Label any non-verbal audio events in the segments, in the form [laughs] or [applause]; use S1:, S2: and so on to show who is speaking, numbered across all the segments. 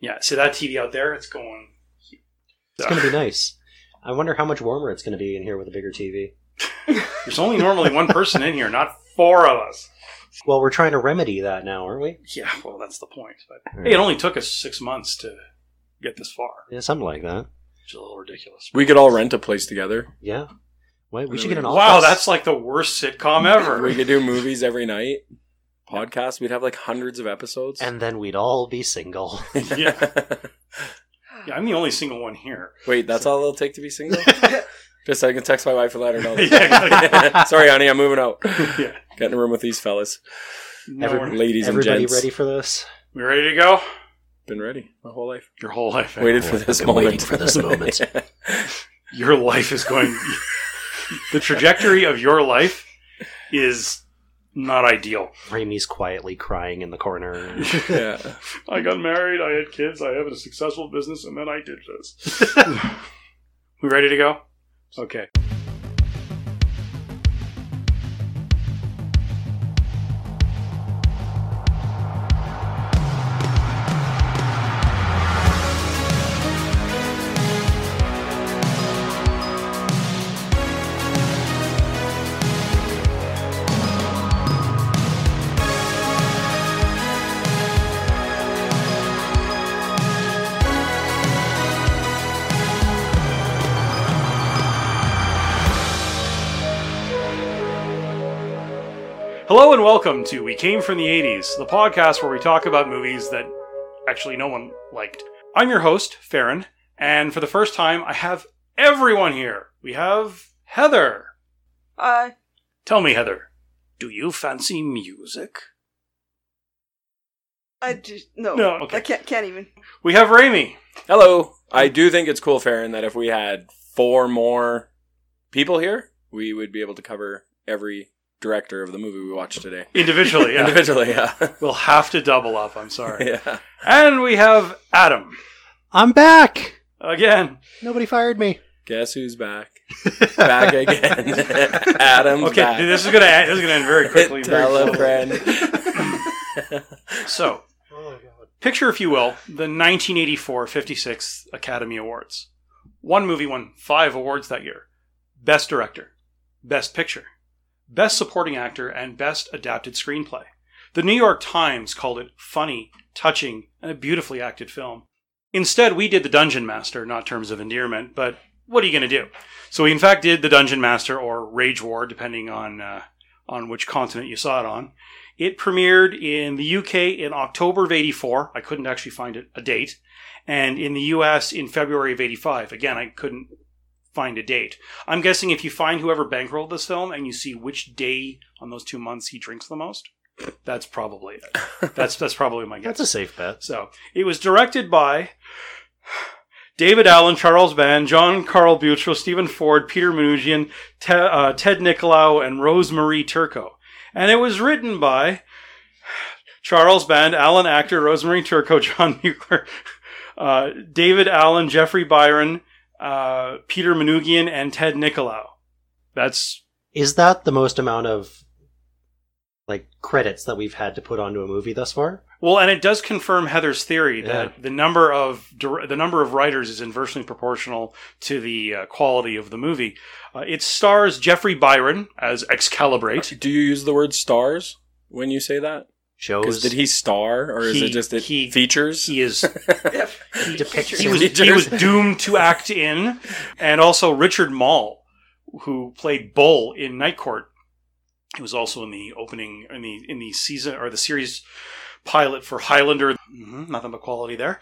S1: Yeah, see that TV out there? It's going.
S2: It's going to be nice. I wonder how much warmer it's going to be in here with a bigger TV.
S1: There's only normally one person in here, not four of us.
S2: Well, we're trying to remedy that now, aren't we?
S1: Yeah, well, that's the point. But
S2: Right.
S1: hey, it only took us six months to get this far,
S2: Yeah, something like that.
S1: which is a little ridiculous.
S3: We could all rent a place together.
S2: Yeah. Wait, we
S3: There
S2: should
S3: we
S2: get an
S3: go.
S2: office.
S1: wow, that's like the worst sitcom ever.
S3: [laughs] We could do movies every night, podcasts. We'd have like hundreds of episodes. [laughs]
S2: And then we'd all be single.
S1: Yeah. yeah, I'm the only single one here. [laughs]
S3: Wait, that's all it'll take to be
S2: [laughs]
S3: single? Just so I can text my wife and let her know.
S1: Yeah.
S3: [laughs] Sorry, honey, I'm moving out.
S1: Yeah,
S3: Get in a room with these fellas.
S1: no
S2: Every-
S1: one-
S3: Ladies and
S2: Everybody
S3: gents.
S2: ready for this?
S1: we ready to go?
S3: Been ready my whole life.
S1: Your whole life,
S3: Waited for this
S2: I've been
S3: moment.
S2: waiting for this moment.
S1: your life is going. the trajectory of your life is not ideal.
S2: Raimi's quietly crying in the corner.
S3: [laughs] yeah.
S1: I got married. I had kids. I have a successful business, and then I did this. [laughs] we ready to go? Okay. Hello and welcome to We Came from the 80s, the podcast where we talk about movies that actually no one liked. I'm your host, Farron, and for the first time, I have everyone here. We have Heather.
S4: Uh,
S1: Tell me, Heather, do you fancy music?
S4: I just no.
S1: No, okay.
S4: I can't. Can't even.
S1: We have Raimi.
S3: Hello. I do think it's cool, Farron, that if we had four more people here, we would be able to cover every director of the movie we watched today.
S1: [laughs] Individually, yeah.
S3: Individually, yeah.
S1: we'll have to double up, I'm sorry.
S3: [laughs] yeah.
S1: And we have Adam.
S2: [laughs] I'm back!
S1: Again.
S2: Nobody fired me.
S3: Guess who's back?
S1: [laughs]
S3: Back again. Adam's
S1: Okay,
S3: back.
S1: dude, this is gonna end, this is gonna end very quickly. and very
S3: [laughs] Tell a
S1: slowly. [laughs]
S3: friend.
S1: So,
S2: Oh, God.
S1: picture, if you will, the 1984 56th Academy Awards. One movie won five awards that year Best Director, Best Picture, Best Supporting Actor, and Best Adapted Screenplay. The New York Times called it funny, touching, and a beautifully acted film. Instead, we did The Dungeon Master, not terms of endearment, but what are you going to do? So, we in fact did The Dungeon Master or Rage War, depending on, uh, on which continent you saw it on. It premiered in the UK in October of 84. I couldn't actually find it, a date. And in the US in February of 85. Again, I couldn't find a date. I'm guessing if you find whoever bankrolled this film and you see which day on those two months he drinks the most, that's probably it. That's, that's probably my guess.
S2: That's a safe bet.
S1: So it was directed by David Allen, Charles Band, John Carl Buttrell, Stephen Ford, Peter Manoogian, Te- uh, Ted Nicolau, and Rosemarie Turco. And it was written by Charles Band, Alan Actor, Rosemarie Turco, [laughs] John Mueller, uh, David Allen, Jeffrey Byron, uh, Peter Manoogian, and Ted Nicolau. That's
S2: Is that the most amount of like credits that we've had to put onto a movie thus far?
S1: Well, and it does confirm Heather's theory that the number of dir- the number of writers is inversely proportional to the uh, quality of the movie. Uh, it stars Jeffrey Byron as Excalibrate.
S3: Do you use the word stars when you say that? Because
S2: Shows
S3: did he star, or is
S1: He-
S3: it just that
S1: he-
S3: features?
S1: He is
S4: Yep.
S2: [laughs] he depicts
S1: he was, he was doomed to act in, and also Richard Mall, who played Bull in Night Court. He was also in the opening in the in the season or the series pilot for Highlander. Mhm, nothing but quality there,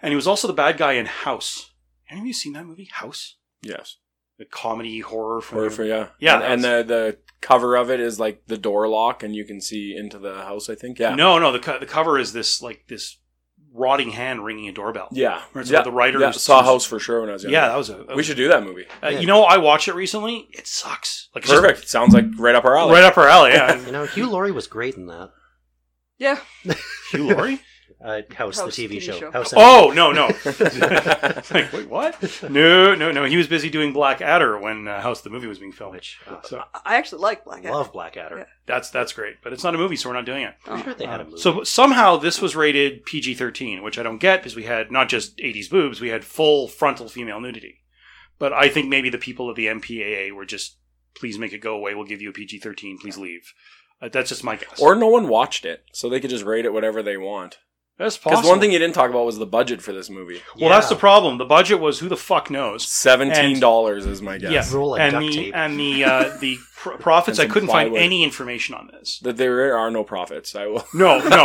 S1: and he was also the bad guy in House. Have you seen that movie House?
S3: yes.
S1: The comedy horror from
S3: Or for yeah,
S1: Yeah,
S3: And, and the the cover of it is like the door lock, and you can see into the house. I think. Yeah.
S1: no, no. The co- the cover is this like this rotting hand ringing a doorbell.
S3: Yeah.
S1: Or it's
S3: yeah.
S1: about the writer
S3: yeah.
S1: who's-
S3: saw house for sure when I was young.
S1: yeah, that was a.
S3: we should do that
S1: [laughs]
S3: movie.
S1: Uh, You know, I watched it recently. It sucks. Like it's just
S3: Perfect. Sounds like right up our alley. [laughs]
S1: Right up our alley, yeah.
S2: You know, Hugh Laurie was great in that.
S4: Yeah.
S3: [laughs]
S1: Hugh Laurie?
S2: Uh, House,
S4: House,
S2: the TV,
S4: TV
S2: show.
S4: show.
S2: House
S1: Oh no no!
S2: [laughs]
S1: [laughs] like wait, what? No no no. He was busy doing Black Adder when uh, House the movie was being filmed.
S2: which uh,
S1: So
S4: I- I actually like Black Adam.
S2: love Blackadder.
S4: Yeah.
S1: that's that's great, but it's not a movie, so we're not doing it.
S2: I'm sure they had a
S1: Um,
S2: movie.
S1: So somehow this was rated PG 13, which I don't get because we had not just 80s boobs, we had full frontal female nudity. But I think maybe the people of the MPAA were just, please make it go away. We'll give you a PG 13. Please leave. Uh, that's just my guess.
S3: [laughs] or no one watched it, so they could just rate it whatever they want.
S1: that's
S3: Because
S1: possible.
S3: one thing you didn't talk about was the budget for this movie.
S1: well, that's the problem. The budget was who the fuck knows.
S3: Seventeen dollars is my guess.
S1: Yeah,
S2: Roll a
S1: and
S2: duct
S1: the
S2: tape.
S1: and the uh, the pr- profits.
S3: And
S1: I
S3: some
S1: couldn't find
S3: plywood.
S1: any information on this.
S3: That there are no profits. I
S1: [laughs]
S3: will.
S1: No,
S3: [laughs]
S1: no,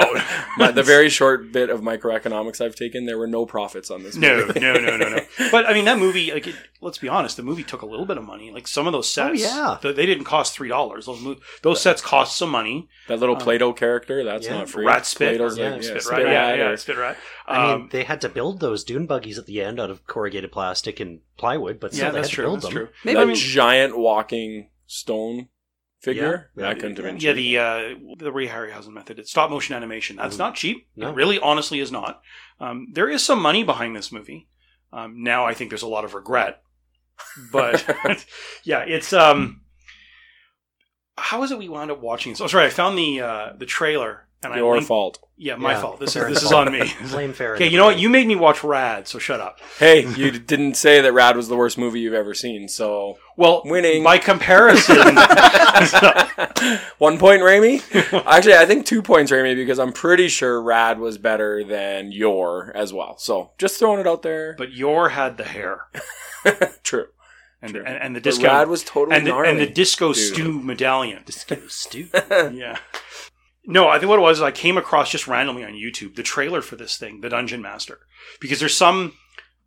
S3: My- the very short bit of microeconomics I've taken, there were no profits on this.
S1: No,
S3: movie.
S1: no, no,
S3: [laughs]
S1: no, no. But I mean, that movie. Like, it, let's be honest, the movie took a little bit of money. Like some of those
S2: Oh,
S1: sets,
S2: yeah.
S1: th- they didn't cost three dollars. Those mo- those sets cost some money.
S3: that little
S1: Um,
S3: Play-Doh character, that's
S2: yeah.
S3: not free.
S1: rat spit,
S3: Play-Doh's
S2: or- yeah,
S3: like, yeah,
S1: spit
S3: spit
S1: right, yeah,
S3: rat
S1: yeah,
S3: or-
S1: spit right. Um,
S2: I mean, they had to build those dune buggies at the end out of corrugated plastic and plywood, but still
S1: yeah,
S2: they
S1: that's
S2: had to
S1: true.
S2: build
S1: That's
S2: them.
S1: true.
S4: Maybe
S3: that
S1: I mean-
S3: giant walking stone figure.
S2: Yeah.
S3: That couldn't have been
S1: Yeah,
S3: cheap.
S1: the uh, the Ray Harryhausen method. It's stop motion animation. That's
S2: Mhm.
S1: not cheap.
S2: No.
S1: It really, honestly, is not. Um, there is some money behind this movie. Um, now I think there's a lot of regret, but
S2: [laughs]
S1: yeah, it's um. How is it we wound up watching this? Oh, sorry, I found the uh, the trailer and I
S3: your
S1: linked-
S3: fault.
S1: Yeah, my
S2: Yeah.
S1: fault. This is
S2: Fair
S1: this is
S2: fault.
S1: on
S3: [laughs]
S1: me. [laughs]
S2: Blame Farron.
S1: Okay, you know what? You made me watch Rad, so shut up.
S3: Hey,
S1: [laughs]
S3: you didn't say that Rad was the worst movie you've ever seen, so
S1: Well,
S3: winning.
S1: by
S3: [laughs]
S1: comparison, [laughs]
S3: One point, Raimi. Actually, I think two points, Raimi, because I'm pretty sure Rad was better than Your as well. So just throwing it out there.
S1: but Yor had the hair
S3: True.
S1: and
S3: True.
S1: and, and the
S3: But Rad
S1: disco
S3: was totally
S1: and the, and the
S3: gnarly.
S1: disco
S3: dude.
S1: stew medallion.
S2: Stu.
S1: yeah. No, I think what it was is I came across just randomly on YouTube the trailer for this thing, The Dungeon Master, because there's some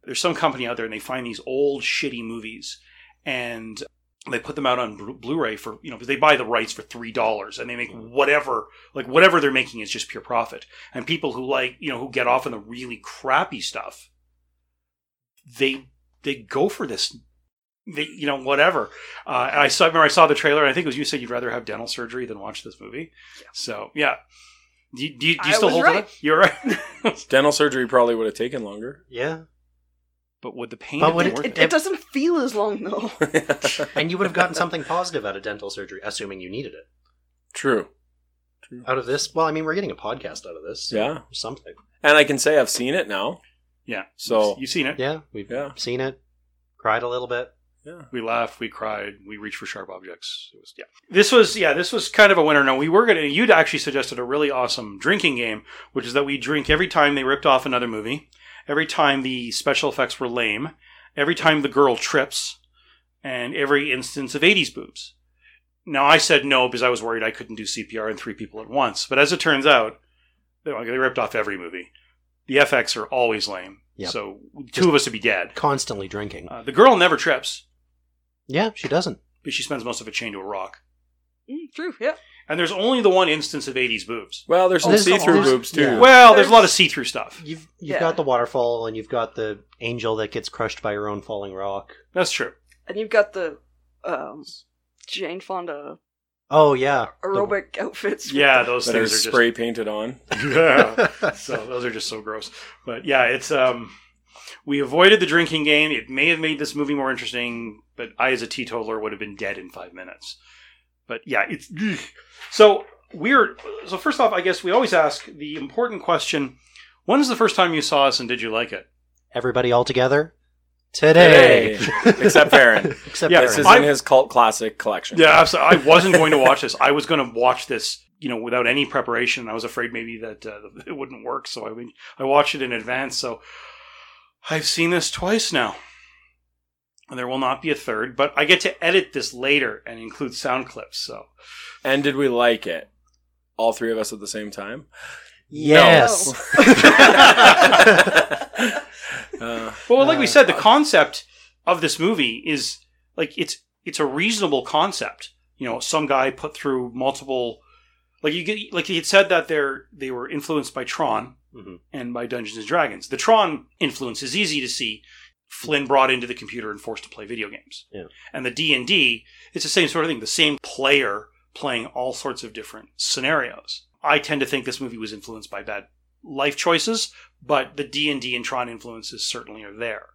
S1: there's some company out there and they find these old shitty movies and they put them out on Blu- Blu-ray for you know because they buy the rights for three dollars and they make whatever like whatever they're making is just pure profit and people who like you know who get off on the really crappy stuff they they go for this they you know whatever uh, and I saw I remember I saw the trailer and I think it was you said you'd rather have dental surgery than watch this movie so yeah do, you- do, you- do you
S4: I
S1: still
S4: was
S1: hold
S4: right.
S1: that you're right [laughs]
S3: Dental surgery probably would have taken longer. [laughs]
S2: Yeah,
S1: but would the pain
S2: But
S1: have
S2: would
S1: been
S2: it-
S1: worth
S4: It, it doesn't feel as long though. [laughs]
S2: and you would have gotten something positive out of dental surgery, assuming you needed it.
S3: True.
S2: Out of this, well, I mean, we're getting a podcast out of this. so
S3: Yeah.
S2: something.
S3: And I can say I've seen it now.
S1: yeah
S3: So-
S1: you've seen it
S2: Yeah, we've
S3: Yeah.
S2: seen it, cried a little bit.
S1: We laughed, we cried, we reached for sharp objects. It was yeah. This was yeah, this was kind of a winner. Now we were gonna you'd actually suggested a really awesome drinking game, which is that we drink every time they ripped off another movie, every time the special effects were lame, every time the girl trips, and every instance of eighties boobs. Now I said no because I was worried I couldn't do CPR and three people at once. But as it turns out, they they ripped off every movie. The FX are always lame.
S2: Yep.
S1: So two of us would be dead.
S2: Constantly drinking.
S1: Uh, the girl never trips
S2: yeah, she doesn't.
S1: but she spends most of it chained to a rock.
S4: Mm, True. Yeah.
S1: And there's only the one instance of 80s boobs.
S3: Well, there's
S2: Oh,
S3: some
S2: there's-
S3: see-through
S2: there's-
S3: boobs too.
S2: yeah.
S1: Well, there's a lot of see through stuff.
S2: You've you've
S4: Yeah.
S2: got the waterfall, and you've got the angel that gets crushed by her own falling rock.
S1: That's true.
S4: And you've got the um, Jane Fonda
S2: Oh yeah, The-
S4: aerobic
S1: [laughs]
S4: outfits.
S1: Yeah, those
S3: That are
S1: things are
S3: spray painted on.
S1: just. [laughs] Yeah.
S2: [laughs]
S1: so those are just so gross. But yeah, it's. um We avoided the drinking game. It may have made this movie more interesting, but I, as a teetotaler, would have been dead in five minutes. But yeah, it's. So we're. So, first off, I guess we always ask the important question when's the first time you saw us and did you like it?
S2: everybody all together today.
S1: [laughs]
S3: Except Farron.
S2: Except
S1: Yeah,
S2: Aaron.
S3: This is
S1: I-
S3: in his cult classic collection.
S1: Yeah, absolutely. I wasn't going to watch this. I was going to watch this, you know, without any preparation. I was afraid maybe that uh, it wouldn't work, so I mean, I watched it in advance. So I've seen this twice now, and there will not be a third. But I get to edit this later and include sound clips. So
S3: And did we like it? All three of us at the same time?
S2: yes.
S3: [laughs] Uh,
S1: Well, like we
S2: Uh,
S1: said, the concept of this movie is like it's it's a reasonable concept. You know, some guy put through multiple, like you get, like he had said that they're they were influenced by Tron
S2: Mhm.
S1: and by Dungeons and Dragons. The Tron influence is easy to see. Flynn brought into the computer and forced to play video games.
S2: Yeah.
S1: And the D and D, it's the same sort of thing. The same player playing all sorts of different scenarios. I tend to think this movie was influenced by Bad life choices, but the D and D and Tron influences certainly are there.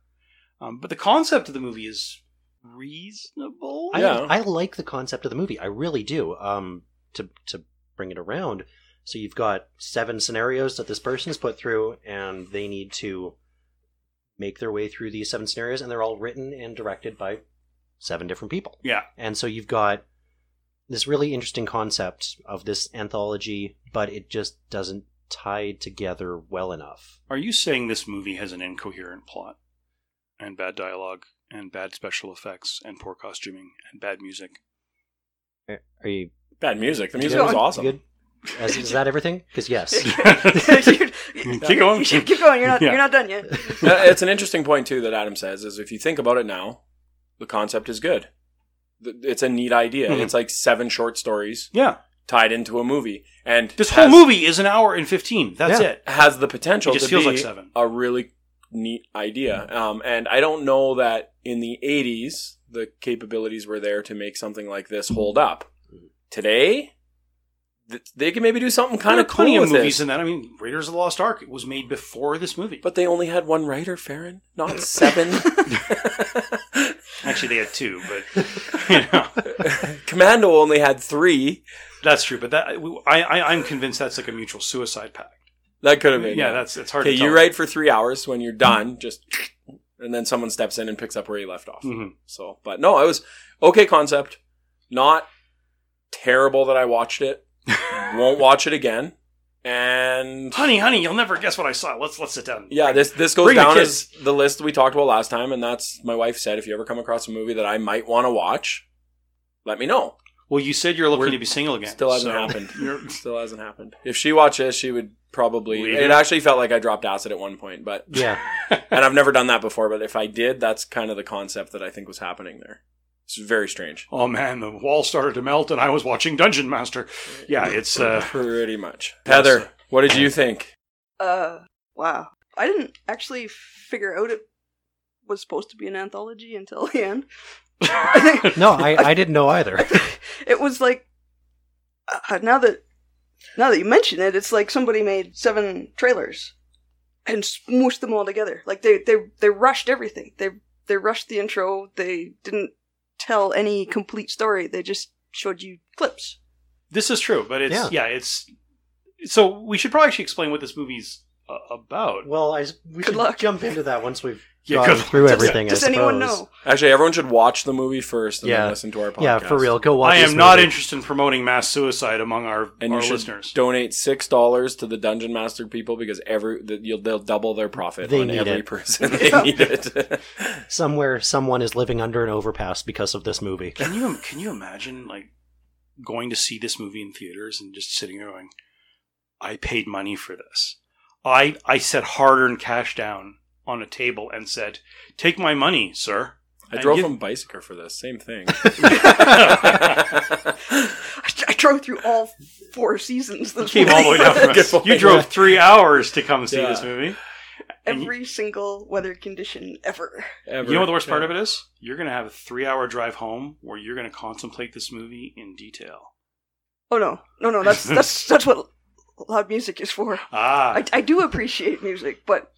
S1: Um, but the concept of the movie is reasonable.
S2: I,
S3: Yeah.
S2: I like the concept of the movie. I really do. Um, to to bring it around, so you've got seven scenarios that this person's put through, and they need to make their way through these seven scenarios, and they're all written and directed by seven different people.
S1: Yeah.
S2: and so you've got this really interesting concept of this anthology, but it just doesn't tie together well enough.
S1: Are you saying this movie has an incoherent plot and bad dialogue and bad special effects and poor costuming and bad music?
S2: Are are you?
S3: Bad music. The
S2: you
S3: music
S2: good?
S3: was
S2: You
S3: awesome.
S2: good? [laughs] As- is that everything? Because yes.
S1: [laughs] Keep going.
S4: [laughs] You should keep going. You're not.
S1: Yeah.
S4: You're not done yet.
S3: Uh, it's an interesting point too that Adam says is if you think about it now, the concept is good. Th- It's a neat idea.
S1: Mhm.
S3: It's like seven short stories
S1: Yeah,
S3: tied into a movie, and
S1: this
S3: has,
S1: whole movie is an hour and fifteen. That's
S2: Yeah.
S1: it.
S3: has the potential
S1: It just
S3: to
S1: feels
S3: be
S1: like seven.
S3: a really neat idea. Um, and I don't know that in the '80s the capabilities were there to make something like this hold up.
S1: Mm-hmm.
S3: Today, th- they can maybe do something kind
S1: There
S3: of
S1: are
S3: cool
S1: plenty
S3: with
S1: of movies
S3: this.
S1: in that. I mean, Raiders of the Lost Ark was made before this movie.
S3: But they only had one writer, Farron, not seven.
S1: [laughs]
S3: [laughs]
S1: actually, they had two.
S3: [laughs]
S1: But you know,
S3: Commando only had three.
S1: that's true. But that I, I I'm convinced that's like a mutual suicide pact.
S3: That could have been.
S1: Yeah, that's it's hard.
S3: okay.
S1: to tell.
S3: You write for three hours. When you're done, just and then someone steps in and picks up where you left off.
S1: Mhm.
S3: So, but no, it was okay concept. Not terrible that I
S1: [laughs]
S3: watched it. Won't watch it again. And
S1: Honey, honey, you'll never guess what I saw. Let's let's sit down.
S3: yeah, this this goes
S1: Bring the
S3: down as
S1: kids.
S3: the list we talked about last time, and that's my wife said if you ever come across a movie that I might want to watch, let me know.
S1: Well, you said you're looking
S3: We're-
S1: to be single again.
S3: Still hasn't
S1: so- [laughs]
S3: happened.
S1: You're-
S3: Still hasn't happened. If she watched this, she would probably.
S1: Leave
S3: It
S1: it?
S3: actually felt like I dropped acid at one point, but
S2: Yeah.
S3: and I've never done that before. But if I did, that's kind of the concept that I think was happening there. It's very strange.
S1: Oh man, the wall started to melt, and I was watching Dungeon Master. Yeah, it's uh,
S3: Pretty much.
S1: [laughs] Yes.
S3: Heather, what did you think?
S4: Uh, wow. I didn't actually figure out it was supposed to be an anthology until the end. [laughs]
S2: No, I, I didn't know either.
S4: [laughs] It was like uh, now that now that you mention it, it's like somebody made seven trailers and smooshed them all together. Like they they they rushed everything. They they rushed the intro. They didn't tell any complete story. They just showed you clips.
S1: this is true, but it's yeah. it's so we should probably actually explain what this movie's uh, about.
S2: Well, I s- we
S4: Good
S2: should
S4: luck.
S2: jump into that once we've
S1: Yeah,
S2: gone
S1: good luck.
S2: through
S4: Does-
S2: everything.
S4: Does,
S2: I
S4: anyone
S2: suppose.
S4: know?
S3: Actually, everyone should watch the movie first and
S2: Yeah.
S3: then listen to our podcast.
S2: Yeah, for real. Go watch.
S1: I
S2: this
S1: am not
S2: movie.
S1: interested in promoting mass suicide among our
S3: And
S1: our
S3: you should
S1: listeners.
S3: donate six dollars to the Dungeon Master people because every the, you'll, they'll double their profit
S2: They
S3: on
S2: need
S3: every
S2: it.
S3: person. [laughs] They
S4: Yeah.
S1: [laughs]
S3: need it.
S2: Somewhere, someone is living under an overpass because of this
S1: [laughs]
S2: movie.
S1: Can you can you imagine like going to see this movie in theaters and just sitting there going, I paid money for this. I I set hard earned cash down on a table and said, Take my money, sir. [laughs]
S3: I
S1: And
S3: drove
S1: give-
S3: from Bicycle for this.
S1: [laughs]
S3: Same thing. [laughs]
S4: I, I drove through all four seasons.
S1: You
S4: This
S1: came all the way
S3: [laughs]
S1: down from [laughs]
S3: Good
S1: us.
S3: point.
S1: You drove three hours to come see
S3: Yeah.
S1: this movie. And you-
S4: every single weather condition ever.
S3: Ever.
S1: You know what the worst part of it is? You're going to have a three hour drive home where you're going to contemplate this movie in detail.
S4: Oh no, no,
S1: [laughs]
S4: no. That's that's that's what loud music is for.
S1: Ah,
S4: I, I do appreciate music, but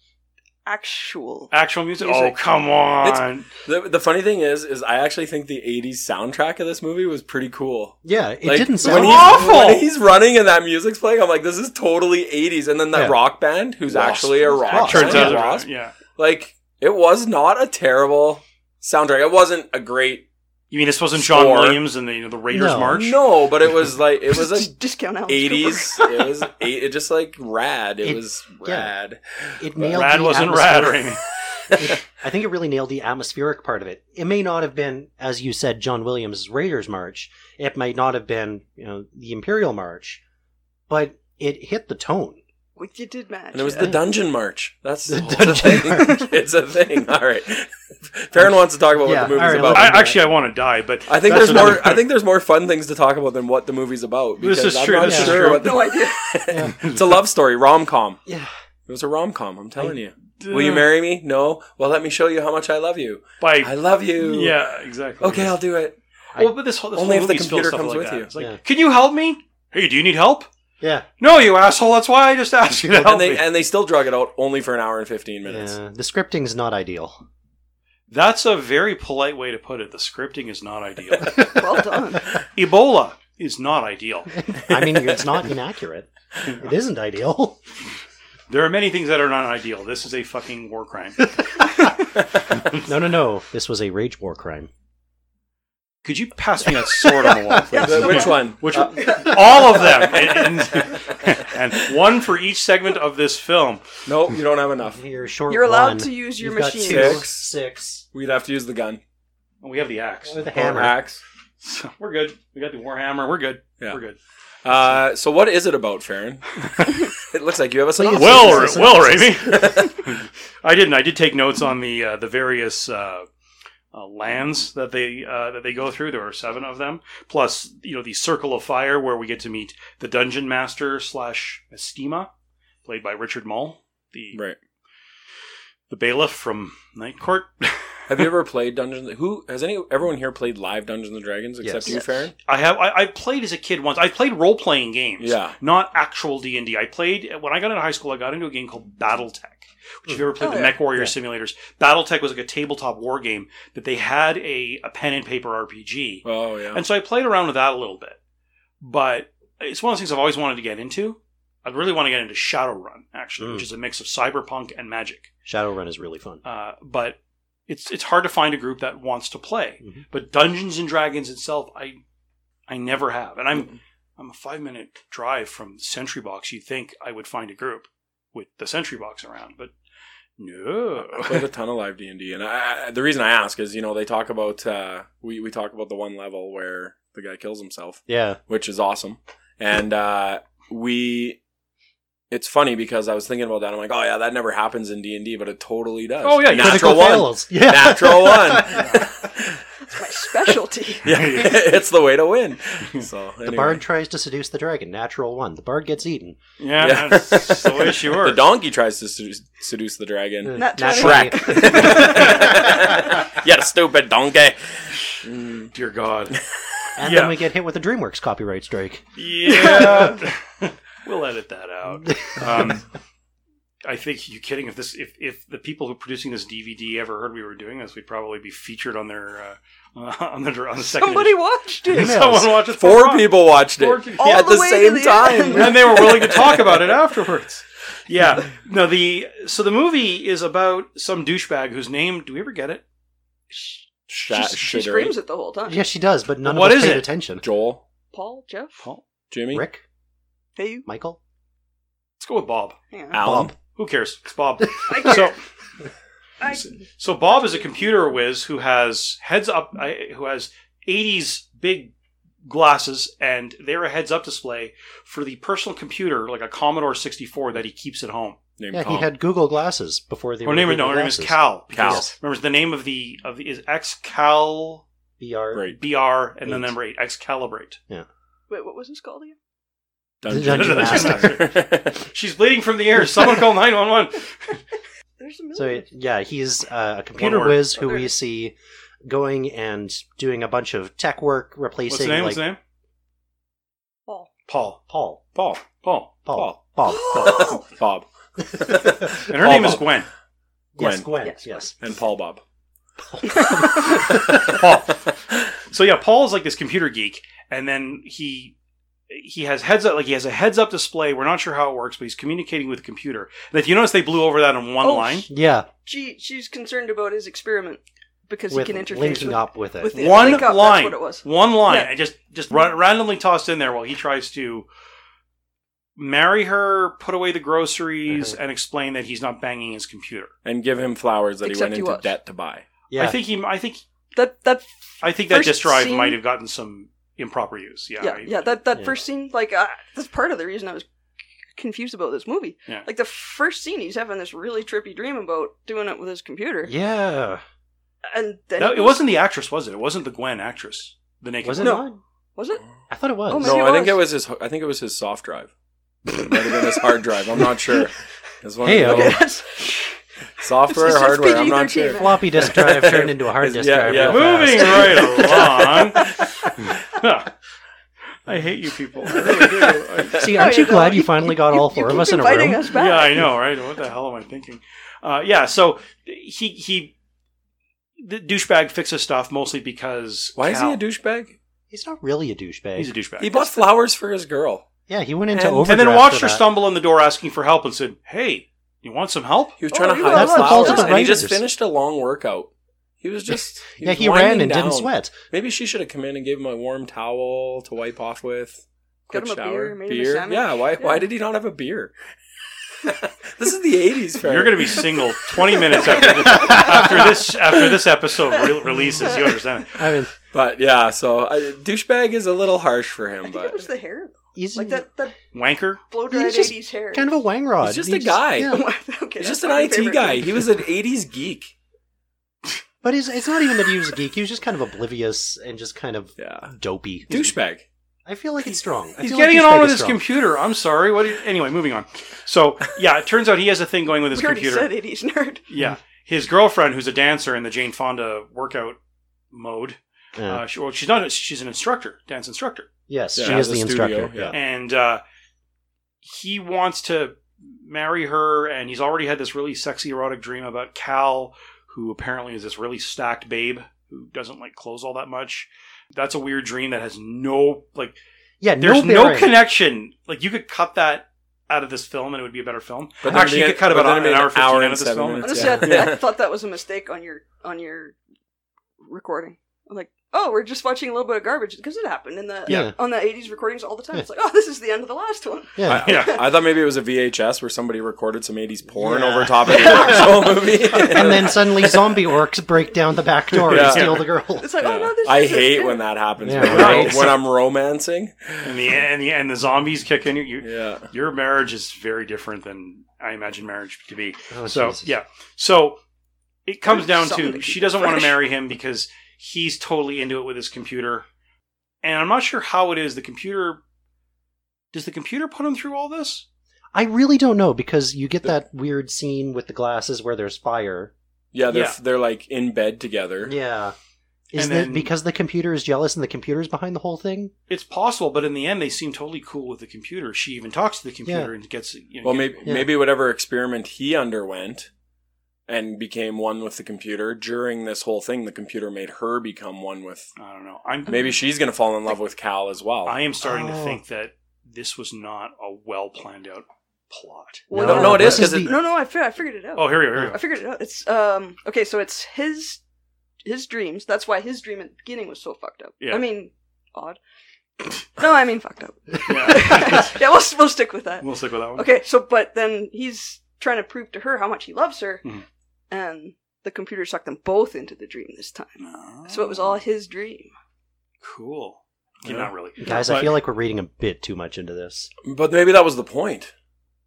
S4: actual
S1: actual music? Oh,
S4: Music.
S1: come on.
S3: The, the funny thing is, is I actually think the '80s soundtrack of this movie was pretty cool.
S2: Yeah, it
S3: Like,
S2: didn't
S3: when
S2: sound.
S3: he's,
S1: awful.
S3: When he's running and that music's playing, I'm like, this is totally '80s. And then that
S2: Yeah.
S3: rock band, who's
S2: Wasp.
S3: actually a rock,
S2: Wasp.
S1: Turns
S3: band,
S1: out,
S3: Wasp,
S1: yeah.
S3: like it was not a terrible soundtrack. It wasn't a great
S1: You mean this wasn't John
S3: Score.
S1: Williams and the, you know, the Raiders
S2: No.
S1: March?
S3: no, but it
S1: [laughs]
S3: was like it was a
S4: Just discount Alice
S3: '80s.
S4: Cooper.
S3: It was eight, it just like rad. It,
S2: It-
S3: was
S2: yeah.
S3: rad.
S2: it nailed
S1: Rad
S2: the
S1: wasn't rad,
S2: atmosphere-
S1: Raimi.
S2: [laughs] I think it really nailed the atmospheric part of it. It may not have been, as you said, John Williams' Raiders March. It might not have been, you know, the Imperial March, but it hit the tone.
S4: Well, you did match.
S3: And it was
S4: yeah.
S3: the Dungeon March. That's
S2: The
S3: the
S2: Dungeon
S3: thing.
S2: March.
S3: [laughs] it's a thing. All right. Farron wants to talk about
S2: Yeah,
S3: what the movie's
S2: all right,
S1: [laughs]
S3: about.
S1: I,
S2: let's-
S1: actually, I want to die, but
S3: I think
S1: That's
S3: there's
S1: another [laughs]
S3: more. I think there's more fun things to talk about than what the movie's about.
S1: This
S3: because
S1: is true,
S3: I'm not
S1: this
S2: is
S3: sure
S1: true.
S3: what the-
S4: no idea.
S2: Yeah.
S3: [laughs] it's a love story rom com.
S2: yeah.
S3: It was a rom com. I'm telling you. Will you marry me? No. Well, let me show you how much I love you.
S1: By
S3: I love you.
S1: yeah, exactly.
S3: Okay, I'll do it.
S1: Well, but this whole this
S3: Only
S1: whole
S3: if the
S1: movie's filled
S3: computer
S1: stuff
S3: comes
S1: like
S3: with
S1: that.
S3: you.
S1: It's like,
S2: Yeah.
S1: can you help me? Hey, do you need help?
S2: Yeah.
S1: No, you asshole. That's why I just [laughs] asked you to [laughs] help
S3: and they
S1: me.
S3: and they still drug it out only for an hour and fifteen minutes.
S2: Yeah. The scripting's not ideal.
S1: That's a very polite way to put it. The scripting is not
S2: [laughs]
S1: ideal.
S4: Well done.
S1: Ebola is not ideal.
S2: I mean, it's not inaccurate. It isn't ideal.
S1: There are many things that are not ideal. This is a fucking war crime.
S2: No, no, no. This was a rage war crime.
S1: Could you pass me that sword on the wall, please?
S3: The- which one?
S1: [laughs] Which
S3: [laughs]
S1: all of them, and, [laughs] and, and one for each segment of this film.
S3: No, you don't have enough.
S2: You're short.
S4: You're allowed
S2: one.
S4: to use your
S2: You've got
S4: machine.
S2: two,
S3: Six.
S2: six.
S3: We'd have to use the gun
S1: Oh, We have the axe.
S2: With a
S3: or
S2: hammer.
S3: axe.
S1: So we're good. We got the warhammer. We're good.
S3: Yeah.
S1: We're good.
S3: Uh, so what is it about, [laughs] Farron? it looks like you have a synopsis.
S1: Well, Ra- well, [laughs] Raimi. I didn't. I did take notes on the uh, the various uh, uh, lands that they uh, that they go through. There are seven of them, plus you know the Circle of Fire, where we get to meet the Dungeon Master slash Estima, played by Richard Mull, the
S3: right.
S1: the bailiff from Night Court.
S3: Have you ever played Dungeons? Who has any? Everyone here played live Dungeons and Dragons
S2: Yes.
S3: except you,
S4: Yes.
S3: Farron.
S1: I have I, I played as a kid once. I played role playing games.
S3: Yeah.
S1: Not actual D and D. I played when I got into high school. I got into a game called BattleTech, which if you ever played
S4: Oh,
S1: the
S4: yeah.
S1: Mech Warrior
S2: Yeah.
S1: simulators, BattleTech was like a tabletop war game that they had a, a pen and paper RPG,
S3: Oh yeah.
S1: and so I played around with that a little bit. But it's one of the things I've always wanted to get into. I really want to get into Shadowrun, actually,
S2: Mm.
S1: which is a mix of cyberpunk and magic.
S2: Shadowrun is really fun.
S1: Uh, but it's it's hard to find a group that wants to play.
S2: Mhm.
S1: But Dungeons and Dragons itself, I I never have, and I'm I'm a five minute drive from Sentry Box. You'd think I would find a group with the Sentry Box around, but no.
S3: I played a ton of live D and D, and I, I- the reason I ask is, you know, they talk about uh, we we talk about the one level where the guy kills himself,
S2: Yeah.
S3: which is awesome, and uh, we. It's funny because I was thinking about that. I'm like, oh yeah, that never happens in D and D, but it totally does.
S1: Oh, yeah, you
S3: natural
S2: Critical
S3: one,
S2: fails. [laughs]
S1: [laughs]
S2: Yeah.
S3: natural one. [laughs]
S4: It's my specialty.
S3: yeah, [laughs] it's the way to win. So
S2: The bard tries to seduce the dragon. Natural one. The bard gets eaten.
S1: yeah,
S3: Yeah.
S1: that's the way she
S3: The
S1: works.
S3: donkey tries to seduce, seduce the dragon.
S4: Nat
S2: Natural- [laughs]
S3: [laughs] yeah, stupid donkey.
S1: Dear God.
S2: And
S1: Yeah.
S2: then we get hit with a DreamWorks copyright strike.
S1: [laughs] Yeah, [laughs] we'll edit that
S2: [laughs]
S1: out. Um, I think you kidding. If this, if if the people who are producing this DVD ever heard we were doing this, we'd probably be featured on their uh, [laughs] on the on the second.
S4: Somebody watched it.
S1: someone watches
S3: Four people watched
S1: Four
S3: it
S1: people.
S4: All
S3: [laughs] at
S4: the
S3: the,
S4: way
S3: same
S4: to the
S3: time.
S1: [laughs]
S4: end.
S1: and they were willing to
S3: [laughs]
S1: talk about it afterwards. Yeah. No, the so the movie is about some douchebag whose name do we ever get it?
S4: She,
S3: Shat
S4: she
S3: shittering.
S4: screams it the whole time.
S2: Yeah, she does, but none
S1: What
S2: of us
S1: is
S2: paid
S1: it?
S2: attention.
S3: Joel,
S4: Paul, Jeff,
S1: Paul.
S3: Jimmy,
S2: Rick,
S4: hey, you.
S2: Michael,
S1: Let's go with Bob.
S4: Yeah.
S3: Alan.
S1: Who cares? It's [laughs] Bob.
S4: I care.
S1: So
S4: I,
S1: so Bob is a computer whiz who has heads up, I- who has '80s big glasses, and they're a heads up display for the personal computer, like a Commodore 64, that he keeps at home.
S3: Named
S2: Yeah,
S3: Tom.
S2: he had Google glasses before they
S1: Her
S2: were
S1: name,
S2: Google
S1: no, her name is
S2: glasses.
S1: Cal.
S3: Cal.
S1: because- Remember the name of the of the, is X Cal.
S2: BR.
S3: Right.
S1: BR and the
S2: Eight.
S1: number eight, Excalibrate.
S4: wait, what was this called again?
S3: Dungeon,
S2: Dungeon
S3: Master.
S1: She's bleeding from the air. Someone call 911.
S4: There's a million.
S2: So
S4: of-
S2: yeah, he's uh, a computer
S1: word.
S2: whiz who
S4: Okay.
S2: we see going and doing a bunch of tech work,
S1: What's
S2: replacing
S1: the name?
S2: like
S1: What's the name?
S4: Paul.
S1: Paul.
S2: Paul,
S3: Paul.
S1: Paul.
S2: Paul,
S4: [gasps]
S2: Paul,
S4: Oh,
S3: [laughs] Bob.
S1: And her name is Gwen.
S2: yes,
S3: Gwen.
S2: Gwen,
S4: Yes,
S2: yes,
S3: And Paul Bob.
S1: Paul. So yeah, Paul's like this computer geek, and then he he has heads up like he has a heads up display. We're not sure how it works, but he's communicating with the computer. And if you notice, they blew over that in one
S4: Oh,
S1: line.
S4: sh-
S2: yeah,
S4: She, she's concerned about his experiment because
S2: with
S4: he can interface
S2: linking
S4: with,
S2: up with it.
S4: with the
S1: one
S4: link up,
S1: line.
S4: That's what it was.
S1: One line.
S4: Yeah.
S1: I just just ra- randomly tossed in there while he tries to marry her, put away the groceries,
S2: Mhm.
S1: and explain that he's not banging his computer.
S3: [laughs] and give him flowers that
S4: Except
S3: he
S4: he
S3: went into
S4: was.
S3: debt to buy.
S2: yeah,
S1: I think he. I think
S4: That that
S1: I think that
S4: First
S1: disk drive
S4: scene-
S1: might have gotten some improper use. Yeah.
S4: yeah
S1: I-
S4: yeah that that
S2: yeah.
S4: first scene like uh, that's part of the reason I was confused about this movie.
S1: Yeah.
S4: Like the first scene, he's having this really trippy dream about doing it with his computer,
S2: yeah,
S4: and then
S1: No,
S4: he
S1: it wasn't the actress, was it? It wasn't the Gwen actress. The naked.
S2: was it?
S1: one.
S2: not?
S4: was it?
S2: I thought it was.
S4: Oh, maybe
S3: no,
S4: it
S3: I think
S4: was.
S3: it was his. I think it was his soft drive. It might have been his hard drive. I'm not
S4: [laughs]
S3: sure. It's one of
S2: Hey-o.
S3: the-
S4: Okay, that's
S3: software
S4: It's
S3: or
S4: just
S3: hardware. I'm not
S4: PG-13,
S3: sure.
S4: [laughs] man.
S2: Floppy disk
S1: [laughs]
S2: drive turned into a hard disk
S3: Yeah,
S2: drive.
S3: yeah.
S1: [laughs]
S2: real fast.
S1: Moving right along. I hate you people. I really do. I-
S4: See,
S2: See, aren't you glad you finally got all four of us in a room?
S4: Us
S1: [laughs]
S4: back. [laughs]
S1: Yeah, I know, right? What the hell am I thinking? Uh, yeah, so he he the douchebag fixes stuff mostly because
S3: Why is he a
S1: Cal-
S3: douchebag?
S2: He's not really a douchebag.
S1: He's a douchebag.
S3: He bought flowers for his girl.
S2: yeah, he went into
S3: And-
S2: overdrive.
S1: and then watched
S2: for
S1: her
S2: that.
S1: stumble in the door asking for help and said, "Hey, you want some help?"
S3: He was
S4: Oh,
S3: trying
S4: you
S3: to hide
S4: That's the fault
S3: flowers,
S4: of the
S3: and he just
S2: writers.
S3: finished a long workout. He was
S4: [laughs]
S3: just
S2: yeah,
S3: was
S2: he ran
S3: winding
S2: and didn't
S3: down.
S2: sweat.
S3: Maybe she should have come in and gave him a warm towel to wipe off with.
S4: Got
S3: Quick
S4: him a
S3: shower,
S4: beer, made him a sandwich.
S3: yeah, why?
S4: Yeah.
S3: Why did he not have a beer? [laughs] this is the eighties.
S1: You're going to be single 20 minutes after this, after this after this episode re- releases. You understand?
S2: I mean,
S3: But yeah, so uh, douchebag is a little harsh for
S4: I
S3: him,
S4: think it was
S3: but
S4: the hair, though.
S2: he's
S4: like that that
S1: Wanker.
S4: blow dried
S2: He's just
S4: '80s hair.
S2: kind of a wang rod.
S3: He's just a guy.
S2: yeah.
S4: [laughs] okay,
S3: he's
S4: that's
S3: just
S4: not
S3: an
S4: my
S3: IT
S4: favorite
S3: guy.
S4: thing.
S3: He was an eighties geek.
S2: But he's, it's not even that he was a geek. He was just kind of oblivious and just kind of
S3: Yeah,
S2: dopey.
S3: douchebag.
S2: I feel like it's strong. I
S1: He's
S2: feel
S1: getting
S2: like
S1: it on
S2: douchebag
S1: with
S2: is
S1: his
S2: strong.
S1: computer. I'm sorry. What? do you- anyway, moving on. So yeah, it turns out he has a thing going with his
S4: We already
S1: computer.
S4: said '80s nerd.
S1: Yeah. His girlfriend, who's a dancer in the Jane Fonda workout mode,
S2: Yeah.
S1: uh, she, well, she's not, she's an instructor, dance instructor.
S2: yes,
S3: yeah,
S2: she is
S3: the
S2: the
S3: studio,
S2: instructor.
S3: yeah.
S1: And uh, he wants to marry her, and he's already had this really sexy, erotic dream about Cal, who apparently is this really stacked babe who doesn't like clothes all that much. That's a weird dream that has no, like,
S2: Yeah,
S1: there's
S2: no,
S1: no
S2: bearing.
S1: connection. Like, you could cut that out of this film and it would be a better film.
S3: But then
S1: Actually,
S3: they-
S1: you could cut
S3: but
S1: about
S3: then
S1: an
S3: it made
S1: hour, 15 out
S3: and
S1: of this
S3: seven
S1: film.
S3: minutes,
S4: Honestly,
S3: yeah.
S4: I, I thought that was a mistake on your on your recording. I'm like, oh, we're just watching a little bit of garbage because it happened in the
S2: Yeah.
S4: on the '80s recordings all the time.
S2: Yeah.
S4: It's like, oh, this is the end of the last one.
S2: Yeah.
S1: [laughs] Yeah.
S3: [laughs] I thought maybe it was a VHS where somebody recorded some 80s porn
S2: Yeah.
S3: over top of the actual movie.
S2: and then suddenly zombie orcs break down the back door
S3: Yeah.
S2: and steal the girl. [laughs]
S4: It's [laughs] like, oh no, this.
S3: I
S4: is
S3: hate
S4: it.
S3: when that happens
S2: Yeah,
S3: when, I'm-
S2: right.
S3: when I'm romancing.
S1: and the and the and the zombies kick in. You, you-
S3: Yeah.
S1: your marriage is very different than I imagine marriage to be.
S2: Oh,
S1: so
S2: Jesus.
S1: yeah, so it comes down to
S4: Something.
S1: she doesn't want to marry him because he's totally into it with his computer, and I'm not sure how it is. The computer does the computer put him through all this?
S2: I really don't know because you get that weird scene with the glasses where there's fire.
S3: Yeah, they're,
S1: Yeah.
S3: they're like in bed together.
S2: Yeah. Is
S1: And
S2: that
S1: then-
S2: because the computer is jealous and the computer's behind the whole thing?
S1: It's possible, but in the end, they seem totally cool with the computer. She even talks to the computer and gets you know,
S3: Well,
S1: get-
S3: maybe
S2: Yeah.
S3: maybe whatever experiment he underwent and became one with the computer during this whole thing, the computer made her become one with.
S1: I don't know. I'm
S3: Maybe she's gonna fall in love with Cal as well.
S1: Mm-hmm. I am starting to
S2: Oh.
S1: think that this was not a well planned out plot.
S4: Well,
S3: no,
S4: no,
S3: no, it is
S2: this is
S3: because it,
S2: the-
S4: No, no, I, fi- I figured it out.
S1: Oh, here we go. Here we go.
S4: I figured it out. It's um okay, so it's his his dreams. That's why his dream at the beginning was so fucked up.
S1: Yeah.
S4: I mean, odd. [laughs] No, I mean fucked up. [laughs]
S1: Yeah.
S4: yeah, we'll we'll stick with that.
S1: we'll stick with that one.
S4: Okay, so but then he's trying to prove to her how much he loves her,
S3: Mm-hmm.
S1: Mhm.
S4: and the computer sucked them both into the dream this time. So it was all his dream.
S1: cool. Okay,
S3: Yeah.
S1: Not really,
S2: Guys, I
S1: But-
S2: feel like we're reading a bit too much into this.
S3: but maybe that was the point.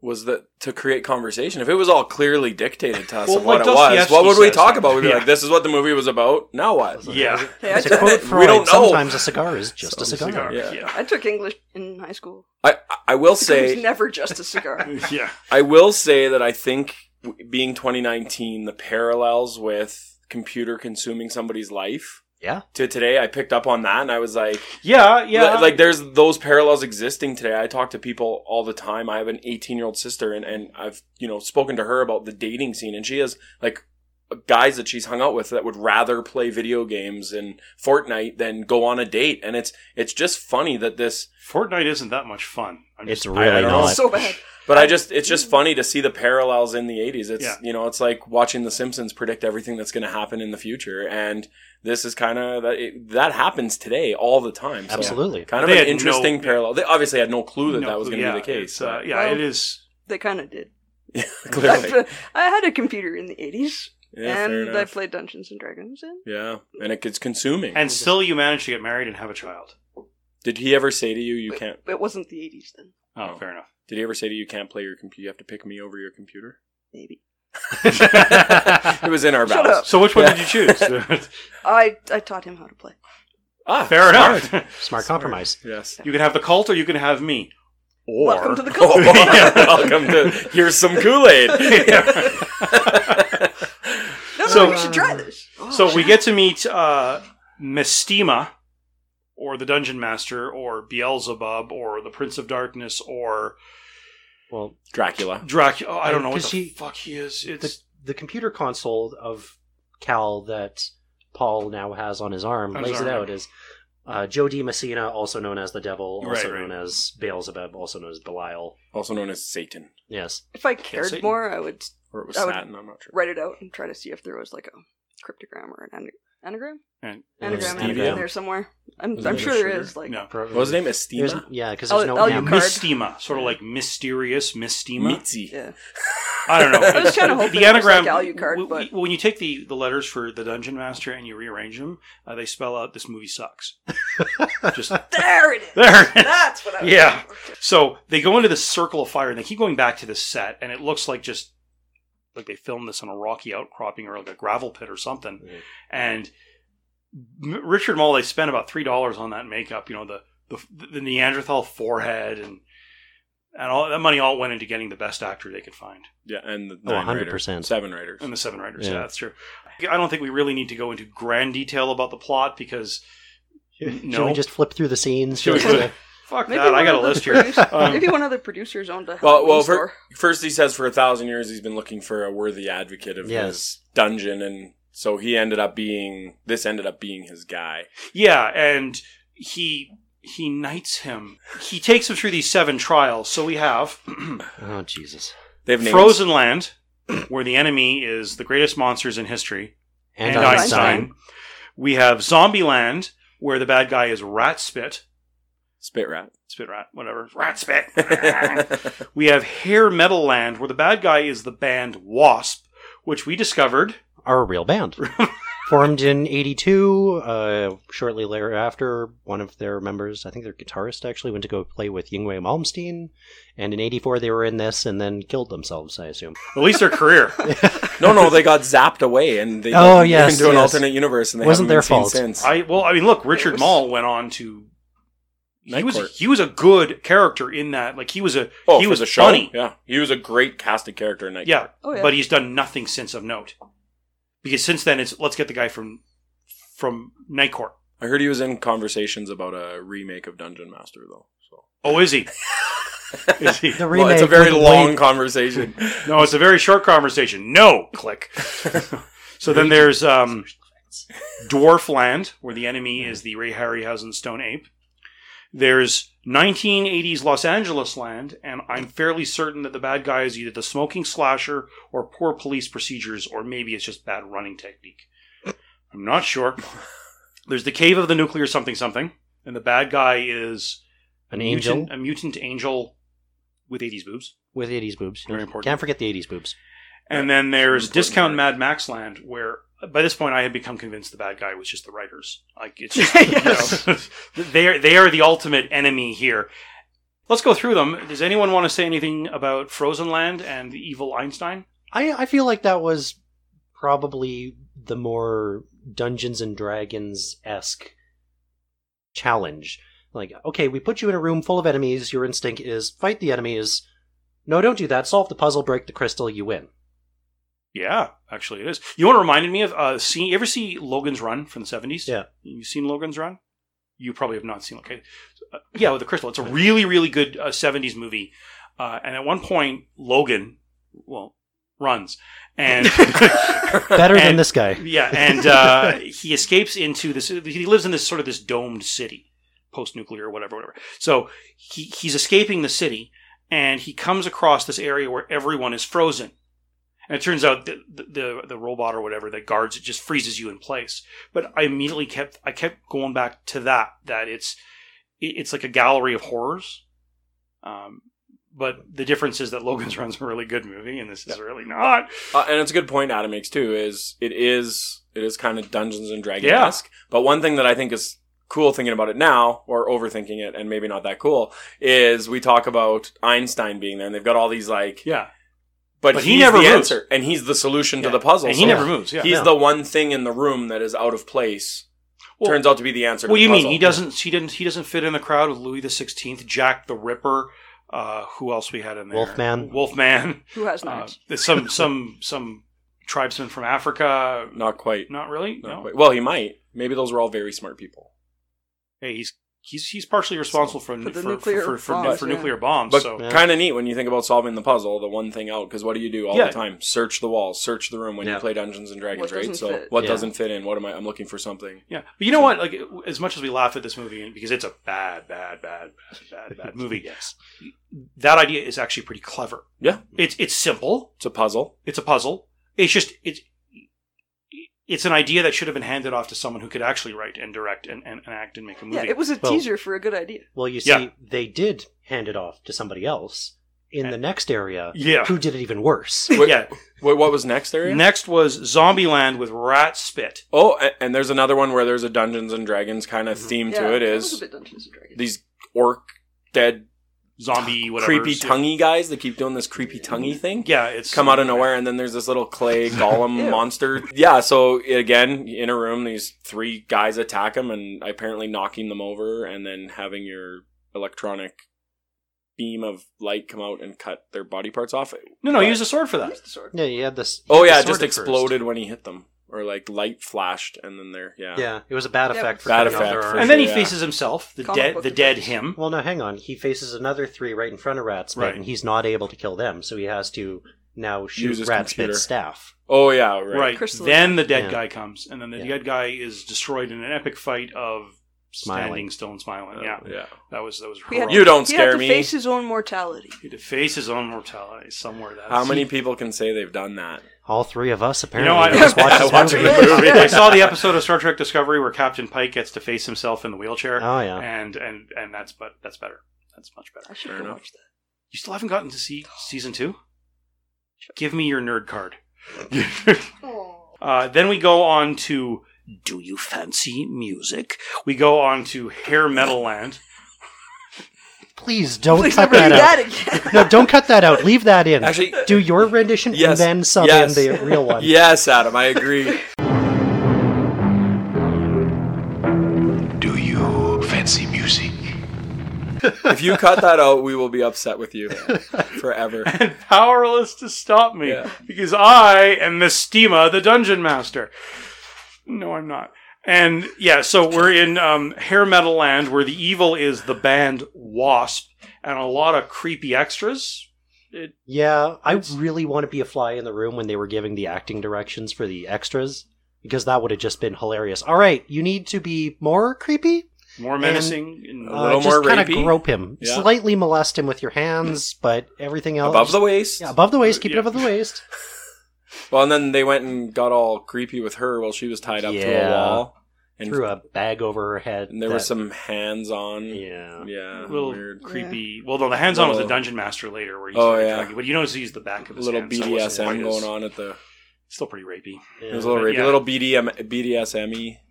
S3: Was that to create conversation? If it was all clearly dictated to us
S1: Well,
S3: of what
S1: like
S3: it was,
S1: Dostoevsky
S3: what would we
S1: says.
S3: talk about? We'd be
S1: Yeah.
S3: like, "This is what the movie was about." Now what?
S1: Yeah, [laughs]
S4: Hey, I
S2: It's a
S4: took,
S2: quote
S3: We
S2: Freud.
S3: don't know.
S2: Sometimes a cigar is just a
S1: Some
S2: cigar.
S3: Yeah. [laughs]
S4: I took English in high school.
S3: I I will
S4: it
S3: say
S4: was never just
S3: [laughs]
S4: a cigar.
S1: Yeah. yeah.
S3: I will say that I think w- being 2019, the parallels with computer consuming somebody's life
S2: Yeah.
S3: to today, I picked up on that, and I was like,
S1: Yeah, yeah.
S3: li- like there's those parallels existing today. I talk to people all the time. I have an 18 year old sister, and and I've you know spoken to her about the dating scene, and she has like guys that she's hung out with that would rather play video games and Fortnite than go on a date, and it's it's just funny that this
S1: Fortnite isn't that much fun. I'm
S2: It's
S1: just-
S2: really
S1: I- I don't
S2: not.
S1: know.
S4: so bad.
S3: But I just it's just funny to see the parallels in the 80s. It's
S1: Yeah.
S3: you know, it's like watching the Simpsons predict everything that's going to happen in the future and this is kind of that it, that happens today all the time. So
S2: Absolutely.
S3: Kind of
S1: They
S3: an
S1: had no-
S3: interesting parallel. They obviously had no clue that
S1: No
S3: that was
S1: clue.
S3: going to
S1: Yeah,
S3: be the case.
S1: it's, uh,
S3: but-
S1: yeah,
S4: Well-
S1: it is.
S4: They kind of did.
S1: [laughs]
S3: clearly.
S4: [laughs] I, I had a computer in the 80s,
S3: Yeah, fair
S4: and I
S3: enough.
S4: played Dungeons and Dragons, and
S3: yeah, and it gets consuming.
S1: And still, you manage to get married and have a child.
S3: did he ever say to you you can't
S4: it wasn't the 80s then,
S1: Oh,
S3: Oh.
S1: fair
S3: [laughs]
S1: enough. [laughs]
S3: Did he ever say to you you can't play your computer? You have to pick me over your
S4: [laughs]
S3: computer? [laughs]
S4: maybe.
S3: it was in our
S4: Shut
S3: vows.
S4: up.
S1: So, which one
S3: Yeah.
S1: did you choose?
S3: [laughs]
S1: fair
S4: I, I taught him how to play.
S3: Ah,
S1: enough. [laughs]
S2: Smart compromise.
S4: [laughs]
S3: Yes.
S1: You can have the cult, or you can have me. Or
S4: Welcome to the
S3: Oh, [laughs]
S4: cult.
S3: welcome to here's
S1: [laughs]
S3: some Kool-Aid.
S4: No, no,
S1: So-
S4: you should try this. Oh,
S1: So we get to meet uh, Mestima, or the Dungeon Master or Beelzebub or the Prince of Darkness or
S2: Well,
S3: Dracula.
S1: Dracula. I don't know what the
S2: Because Oh, he-
S1: fuck he is.
S2: the,
S1: It's
S2: the computer console of Cal that Paul now has on his arm
S1: On his
S2: lays it
S1: arm.
S2: out as uh, Joe D. Messina, also known as the Devil, also
S1: Right, right.
S2: known as Beelzebub, also known as Belial.
S3: Also known as Satan.
S2: Yes.
S4: If I
S1: Satan.
S4: cared more, I would
S3: Or it was
S4: I would-
S3: Satan, I'm not sure.
S4: write it out and try to see if there was like a cryptogram or an ana- anagram.
S1: and,
S4: Anagram
S2: Stevia.
S4: might be in there somewhere. I'm,
S2: Was
S4: I'm
S2: it
S4: sure
S2: a
S4: there
S2: sugar?
S4: is. Like,
S1: no.
S2: Pro-
S3: What was his name?
S2: There's-
S3: Estima?
S2: Yeah, because
S4: I'll-
S2: there's no
S1: oh,
S4: I'll
S2: M.
S4: you card.
S1: Mystima, sort of like mysterious Mystima.
S3: Mitzi.
S4: yeah.
S1: I don't know.
S4: I was kinda hoping
S1: the
S4: it was
S1: anagram.
S4: like Alucard,
S1: w-
S4: but-
S1: w- when you take the, the letters for the Dungeon Master and you rearrange them, uh, they spell out this movie sucks.
S4: [laughs]
S1: Just
S4: There it is.
S1: there. it is.
S4: That's what I was
S1: Yeah.
S4: looking for.
S1: So they go into this circle of fire and they keep going back to this set, and it looks like just like they filmed this on a rocky outcropping or like a gravel pit or something.
S2: Mhm.
S1: And M- Richard Mull, they spent about three dollars on that makeup. You know the, the the Neanderthal forehead and and all that money all went into getting the best actor they could find
S3: Yeah, and the
S2: Oh, 100%.
S3: nine Writers, seven writers.
S1: and the Seven Riders. Yeah.
S2: Yeah.
S1: that's true. I don't think we really need to go into grand detail about the plot because
S2: [laughs] Should
S1: no,
S2: we just flip through the scenes?
S1: Should we-
S2: Just, uh,
S1: fuck
S4: Maybe
S1: that. I
S4: one
S1: got a
S4: of the
S1: list here.
S4: produce-
S1: Um,
S4: Maybe one of the producers owned a
S3: Well,
S4: Halloween
S3: well, for-
S4: store.
S3: First, he says for a thousand years he's been looking for a worthy advocate of
S2: Yes.
S3: his dungeon, and so he ended up being this ended up being his guy.
S1: Yeah, and he he knights him. He takes him through these seven trials. So we have [clears throat]
S2: oh, Jesus.
S3: They have names.
S1: Frozen Land, where the enemy is the greatest monsters in history,
S2: And,
S4: And
S2: Einstein.
S4: Einstein.
S1: We have Zombie Land, where the bad guy is Rat Spit,
S3: Spit rat. [laughs]
S1: Spit Rat, whatever, Rat Spit. we have Hair Metal Land, where the bad guy is the band Wasp, which we discovered.
S2: Are a real band. [laughs] Formed in 82, uh, shortly thereafter, one of their members, I think their guitarist actually, went to go play with Yngwie Malmsteen. And in 84, they were in this and then killed themselves, I assume.
S1: At least their career.
S3: no, no, they got zapped away, and they
S2: Oh,
S3: went
S2: yes,
S3: into an
S2: yes.
S3: alternate universe, and they
S2: Wasn't
S3: haven't been
S2: their
S3: seen
S2: fault.
S3: since.
S1: I well, I mean, look, Richard
S4: was-
S1: Mall went on to. He
S3: Night
S1: was
S3: Court.
S1: he was a good character in that. Like he was a
S3: oh,
S1: he
S3: for
S1: was
S3: the show.
S1: funny.
S3: Yeah, he was a great casted character in that.
S1: Yeah,
S4: Oh, yeah.
S1: but he's done nothing since of note. Because since then, it's let's get the guy from from Night Court.
S3: I heard he was in conversations about a remake of Dungeon Master, though. So
S1: Oh, is he?
S3: [laughs]
S1: Is he?
S2: The
S3: well, it's a
S2: remake
S3: very
S2: with
S3: long
S2: Wade-
S3: conversation.
S1: No, it's a very short conversation. No, click. so then there's um, Dwarf Land, where the enemy is the Ray Harryhausen Stone Ape. There's 1980s Los Angeles Land, and I'm fairly certain that the bad guy is either the smoking slasher or poor police procedures, or maybe it's just bad running technique. I'm not sure. There's the Cave of the Nuclear Something Something, and the bad guy is
S2: An
S1: a
S2: angel
S1: mutant- a mutant angel with 80s boobs.
S2: with 80s boobs.
S1: Very important.
S2: Can't forget the 80s boobs.
S1: And then there's
S3: Important
S1: Discount
S3: word.
S1: Mad Max Land, where by this point I had become convinced the bad guy was just the writers. Like it's just,
S4: Yes.
S1: you know, [laughs] they're they are the ultimate enemy here. Let's go through them. Does anyone want to say anything about Frozen Land and the evil Einstein?
S2: I, I feel like that was probably the more Dungeons and Dragons esque challenge. Like, okay, we put you in a room full of enemies. Your instinct is fight the enemies. No, don't do that. Solve the puzzle, break the crystal, you
S3: [laughs]
S2: win.
S1: Yeah, actually it is. You want to reminded me of uh see you ever see Logan's Run from the seventies?
S2: Yeah.
S1: You've seen Logan's Run? You probably have not seen okay. Uh, yeah, with the crystal. It's a really, really good uh, 70s movie. Uh, and at one point, Logan, well, runs.
S2: [laughs]
S3: [laughs]
S1: And
S2: Better than
S1: And-
S2: this guy.
S1: Yeah, and uh, he escapes into this. He lives in this sort of this domed city, post nuclear or whatever, whatever. So he he's escaping the city, and he comes across this area where everyone is frozen. And it turns out that the, the the robot or whatever that guards it just freezes you in place. But I immediately kept I kept going back to that that it's it- it's like a gallery of horrors. Um, but the difference is that Logan's [laughs] Run's a really good movie, and this is really not.
S3: Uh, and it's a good point Adam makes too. Is it is it is kind of Dungeons and Dragons esque. But one thing that I think is cool thinking about it now, or overthinking it, and maybe not that cool, is we talk about Einstein being there, and they've got all these like,
S1: Yeah,
S3: but,
S1: But he
S3: he's
S1: never
S3: the
S1: moves.
S3: answer, and he's the solution to the puzzle.
S1: and he
S3: so
S1: never moves. Yeah,
S3: He's
S2: Yeah.
S3: the one thing in the room that is out of place.
S1: Well-
S3: Turns out to be the answer. to
S1: Well,
S3: the
S1: you mean
S3: puzzle.
S1: he doesn't? He didn't. He doesn't fit in the crowd with Louis the Sixteenth, Jack the Ripper. Uh, who else we had in there?
S2: Wolfman.
S1: Wolfman.
S4: Who has
S1: Uh,
S4: knives?
S1: some some some tribesman from Africa.
S3: Not quite.
S1: Not really.
S3: Not
S1: no.
S3: quite. Well, he might. Maybe those were all very smart people.
S1: Hey, he's he's he's partially responsible for
S4: For the
S1: for,
S4: nuclear
S1: for, for, for,
S4: bombs,
S1: for
S4: yeah.
S1: nuclear bombs.
S3: But
S1: so
S2: Yeah.
S3: kind of neat when you think about solving the puzzle, the one thing out. Because what do you do all
S1: Yeah.
S3: the time? Search the walls, search the room when
S2: Yeah.
S3: you play Dungeons and Dragons,
S4: What
S3: right?
S4: doesn't
S3: So
S4: fit.
S3: what
S2: Yeah.
S3: doesn't fit in? What am I? I'm looking for something.
S1: yeah, but you know what? Like as much as we laugh at this movie and- because it's a bad, bad, bad, bad, bad, bad movie.
S2: Yes.
S1: That idea is actually pretty clever.
S3: Yeah.
S1: it's it's simple.
S3: It's a puzzle.
S2: [laughs]
S1: It's a puzzle. It's just it's it's an idea that should have been handed off to someone who could actually write and direct and, and, and act and make a movie.
S4: Yeah, it was a
S2: Well-
S4: teaser for a good idea.
S2: Well, you see,
S1: Yeah.
S2: they did hand it off to somebody else in the next area
S1: yeah.
S2: who did it even worse.
S3: Wait,
S1: Yeah.
S3: wait, what was next area?
S1: Next was Zombieland with rat spit.
S3: oh, and, and there's another one where there's a Dungeons and Dragons kind
S2: Mm-hmm.
S3: of theme
S4: yeah,
S3: to it.
S4: that
S3: Is
S4: was a bit Dungeons and Dragons.
S3: these orc dead [gasps]
S1: Zombie whatever.
S3: creepy tonguey guys that keep doing this creepy
S2: Mm-hmm.
S3: tonguey thing?
S1: Yeah, it's
S3: come out of nowhere, and then there's this little clay golem
S4: Ew.
S3: monster. Yeah, so again, in a room, these three guys attack him, and apparently knocking them over, and then having your electronic beam of light come out and cut their body parts off.
S1: No, no, he used a sword for that.
S4: Used the sword.
S2: Yeah, you had this.
S3: Oh yeah,
S2: this
S3: it just
S2: sword at
S3: exploded when he hit them, or like light flashed, and then they're yeah.
S2: first. Yeah, it was a bad
S4: Yeah.
S2: effect. for
S3: Bad
S2: cutting off
S3: effect
S2: their
S3: for
S2: arms.
S1: And then he
S3: yeah.
S1: faces himself, the
S4: Comic
S1: dead,
S4: book
S1: the dead
S4: effects.
S1: him.
S2: Well, no, hang on. He faces another three right in front of Ratspit,
S1: Right.
S2: and he's not able to kill them, so he has to now shoot
S3: Use his computer.
S2: Ratspit's staff.
S3: Oh yeah, right.
S1: Right.
S4: Crystal-
S1: Then the dead
S2: Yeah.
S1: guy comes, and then the
S2: Yeah.
S1: dead guy is destroyed in an epic fight of
S2: Smiling.
S1: standing still and smiling. Yeah,
S3: Uh, Yeah.
S1: that was that was.
S4: We had-
S1: Heroic.
S3: You don't
S4: He had
S3: scare
S4: to
S3: me.
S4: face his own mortality.
S1: He had to face his own mortality somewhere. That's,
S3: How many people can say they've done that?
S2: All three of us
S1: You
S2: apparently
S1: know, I, [laughs]
S2: just
S1: I
S2: watched this
S1: watched
S2: movie.
S1: the movie. I saw the episode of Star Trek Discovery where Captain Pike gets to face himself in the wheelchair,
S2: Oh yeah,
S1: and and and that's but that's better. That's much better.
S4: I should
S3: Fair
S4: have
S3: enough.
S4: watched that.
S1: You still haven't gotten to see season two. Give me your nerd [laughs] card. Uh, then we go on to Do You Fancy Music? We go on to Hair Metal Land.
S2: please don't
S4: Please
S2: cut
S4: never do
S2: that out.
S4: that again. [laughs]
S2: No, don't cut that out. Leave that in.
S3: Actually,
S2: do your rendition
S3: Yes.
S2: and then sub
S3: Yes.
S2: in the real
S3: [laughs]
S2: one.
S3: yes, Adam, I agree.
S5: Do you fancy music?
S3: if you cut that out, we will be upset with you forever.
S1: And powerless to stop me
S3: Yeah.
S1: because I am Mistima, the Dungeon Master. No, I'm not. And yeah, so we're in um, Hair Metal Land where the evil is the band Wasp and a lot of creepy extras.
S2: Yeah, I really want to be a fly in the room when they were giving the acting directions for the extras because that would have just been hilarious. All right, you need to be more creepy.
S1: More menacing. And,
S3: A little
S2: Uh, just
S3: more
S2: kinda
S3: rapey.
S2: grope him,
S3: Yeah. Mm.
S2: slightly molest him with your hands, but everything else
S3: Above the waist.
S2: yeah, above the waist. Keep
S1: Yeah.
S2: it above the waist.
S3: Well, and then they went and got all creepy with her while she was tied up to a
S2: Yeah.
S3: wall, [laughs] and,
S2: Threw a bag over her head.
S3: and there were
S2: that-
S3: some hands on. Yeah,
S2: Yeah.
S1: little
S3: weird.
S1: creepy. Well, no, the hands on was the
S3: Little-
S1: dungeon master later, where he's
S3: Oh,
S1: very
S3: yeah.
S1: draggy, but you notice he's the back of his
S3: little
S1: hand, so it wasn't
S3: BDSM
S1: quite as-
S3: going on at the.
S1: Still pretty rapey.
S3: It was a little
S1: But
S3: rapey,
S1: yeah.
S3: little BDM, BDSM y.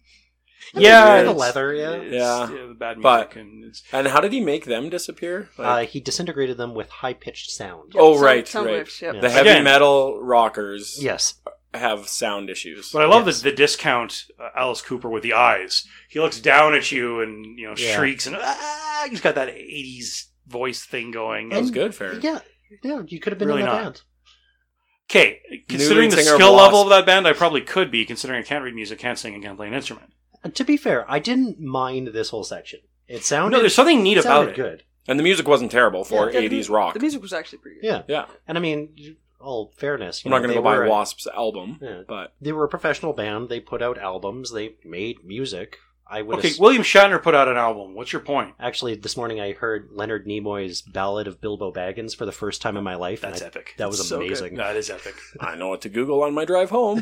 S2: Yeah,
S1: Yeah,
S2: the
S1: it's-
S2: leather. Yeah.
S1: It's,
S3: Yeah.
S1: the bad music
S3: But-
S1: and it's
S3: And how did he make them disappear?
S2: Uh,
S3: Like,
S2: he disintegrated them with high pitched sound.
S3: Oh,
S4: Sound-
S3: right,
S4: sound
S3: right.
S4: waves, yep.
S2: Yeah.
S3: the heavy
S1: Again.
S3: metal rockers
S2: Yes.
S3: have sound issues.
S1: But I love
S2: Yes.
S1: the, the discount uh, Alice Cooper with the eyes. He looks down at you and you know
S2: Yeah.
S1: shrieks and ah, he's got that '80s voice thing going.
S3: that was
S2: And-
S3: good, fair.
S2: Yeah. Yeah, you could have been
S1: Really
S2: in that
S1: not.
S2: band.
S1: Okay, considering the
S3: singer of
S1: skill
S3: Wasp.
S1: level of that band, I probably could be. Considering I can't read music, can't sing, and can't play an instrument.
S2: And to be fair, I didn't mind this whole section. It sounded
S1: no, there's something neat
S2: it
S1: about
S2: sounded
S1: it.
S2: good.
S3: And the music wasn't terrible for
S4: Yeah, the-
S3: 80s rock.
S4: The music was actually pretty good.
S2: Yeah.
S3: yeah.
S2: And I mean, all fairness, you
S3: I'm not
S2: know,
S3: going
S2: they
S3: to go buy
S2: were a-
S3: Wasp's album,
S2: Yeah.
S3: but
S2: They were a professional band. They put out albums. They made music. I would
S1: Okay,
S2: ass-
S1: William Shatner put out an album. What's your point?
S2: actually this morning I heard Leonard Nimoy's Ballad of Bilbo Baggins for the first time in my life. and
S1: That's
S2: I-
S1: epic.
S2: That was
S4: So good.
S2: amazing.
S1: that is epic.
S3: I know what to Google on my drive
S1: [laughs]
S3: home.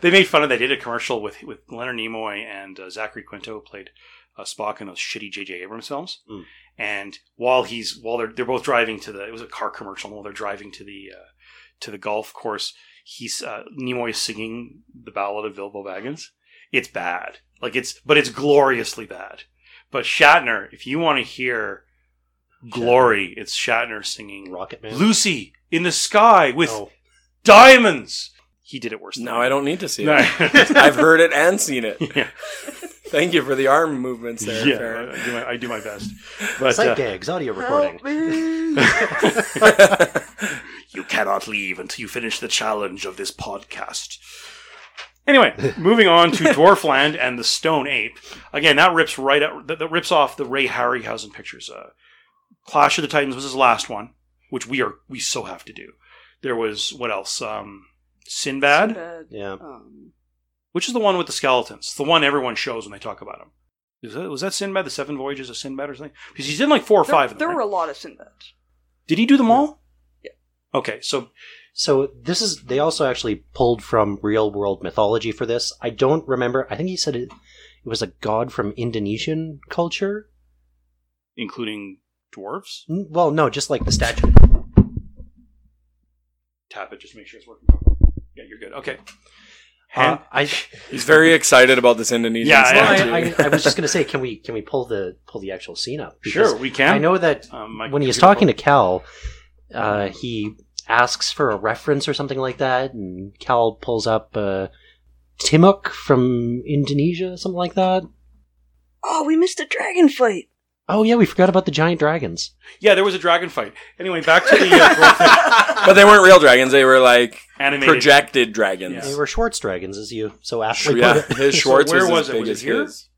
S1: They made fun of. They did a commercial with with Leonard Nimoy and uh, Zachary Quinto played uh, Spock in those shitty J.J. Abrams films.
S2: Mm.
S1: And while he's while they're they're both driving to the it was a car commercial. and While they're driving to the uh, to the golf course, he's uh, Nimoy is singing the ballad of Bilbo Baggins. It's bad, like it's but it's gloriously bad. But Shatner, if you want to hear glory, it's Shatner singing
S2: Rocket Man.
S1: "Lucy in the Sky with
S2: Oh,
S1: Diamonds." He did it worse. than
S3: now I don't need to see it.
S1: No.
S3: [laughs] I've heard it and seen it.
S1: [laughs] yeah,
S3: Thank you for the arm movements there.
S1: yeah
S3: Farron.
S1: I, do my, I do my best. But
S2: sight
S1: uh,
S2: gags, audio recording.
S4: Help me.
S1: you cannot leave until you finish the challenge of this podcast.
S3: [laughs]
S1: Anyway, moving on to Dwarfland and the Stone Ape. Again, that rips right out, that, that rips off the Ray Harryhausen pictures. Uh, Clash of the Titans was his last one, which we are we so have to do. There was what else? Um, Sinbad,
S4: Sinbad,
S2: Yeah.
S4: Um,
S1: which is the one with the skeletons. It's the one everyone shows when they talk about him. Is that, was that Sinbad? The Seven Voyages of Sinbad or something? Because he's in like four or
S4: there,
S1: five of them.
S4: there
S1: right?
S4: were a lot of Sinbads.
S1: Did he do them all?
S4: Yeah.
S1: Okay, so
S2: So this is they also actually pulled from real world mythology for this. I don't remember. I think he said it, it was a god from Indonesian culture.
S1: including dwarves.
S2: N- Well, no, just like the statue.
S1: Tap it, just make sure it's working. properly. Yeah, you're good. Okay.
S2: Uh,
S1: Hand-
S2: I,
S3: [laughs] He's very excited about this Indonesian
S1: Yeah,
S2: well,
S3: statue.
S2: I, I, I was just gonna say, can we can we pull the pull the actual scene up? Because
S1: Uh, sure, we can.
S2: I know that
S1: Um, my
S2: when he was
S1: computer-
S2: talking to Cal, uh, he asks for a reference or something like that, and Cal pulls up uh, Timok from Indonesia, something like that.
S4: Oh, we missed a dragon fight.
S2: Oh yeah, we forgot about the giant dragons.
S1: yeah, there was a dragon fight. Anyway, back to the
S2: [laughs]
S1: uh, dwarf
S3: but they weren't real dragons. They were like
S1: animated.
S3: projected dragons.
S2: They were Schwartz dragons, as you [laughs] so
S3: Sh-
S2: aptly
S3: yeah,
S2: put it.
S3: his
S1: [laughs]
S3: Schwartz
S1: So where was
S3: was, as
S1: it?
S3: big
S1: Was it
S3: as
S1: here?
S3: his.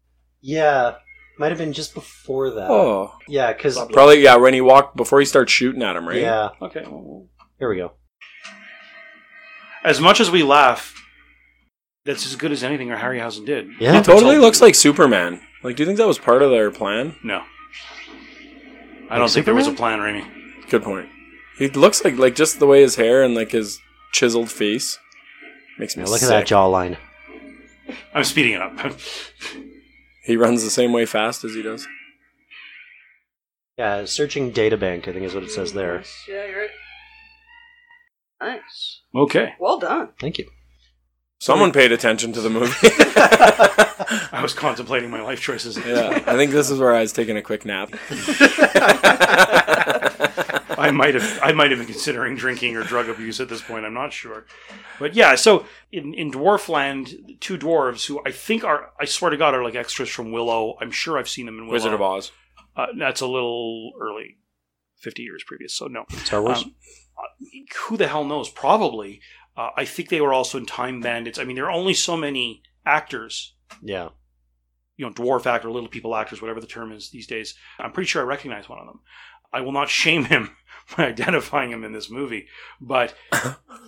S2: yeah, might have been just before that.
S3: Oh,
S2: yeah, because
S3: probably yeah. When he walked before he starts shooting at him, right?
S2: yeah,
S1: Okay. well,
S2: here we go.
S1: As much as we laugh, that's as good as anything our Harryhausen did.
S2: Yeah.
S3: He totally looks like Superman. Like, do you think that was part of their plan?
S1: No. I don't think there was a plan, Raimi.
S3: Good point. He looks like like just the way his hair and like his chiseled face makes me
S2: Yeah, look at
S3: sick.
S2: that jawline.
S1: I'm speeding it up. [laughs]
S3: He runs the same way fast as he does.
S2: Yeah, searching data bank, I think is what it says there.
S4: Yeah, you're right. Nice.
S1: okay.
S4: Well done.
S2: Thank you.
S3: Someone paid attention to the movie. [laughs]
S1: I was contemplating my life choices.
S3: yeah, I think this is where I was taking a
S1: [laughs]
S3: quick nap.
S1: I might have I might have been considering drinking or drug abuse at this point. I'm not sure, but yeah. So in in Dwarfland, two dwarves who I think are I swear to God are like extras from Willow. I'm sure I've seen them in Willow.
S3: Wizard of Oz.
S1: Uh, that's a little early, fifty years previous. So no,
S2: Star Wars.
S1: Um, who the hell knows? Probably. Uh, I think they were also in Time Bandits. I mean, there are only so many actors
S2: yeah.
S1: you know, dwarf actor, little people actors, whatever the term is these days. I'm pretty sure I recognize one of them. I will not [laughs] shame him by identifying him in this movie, but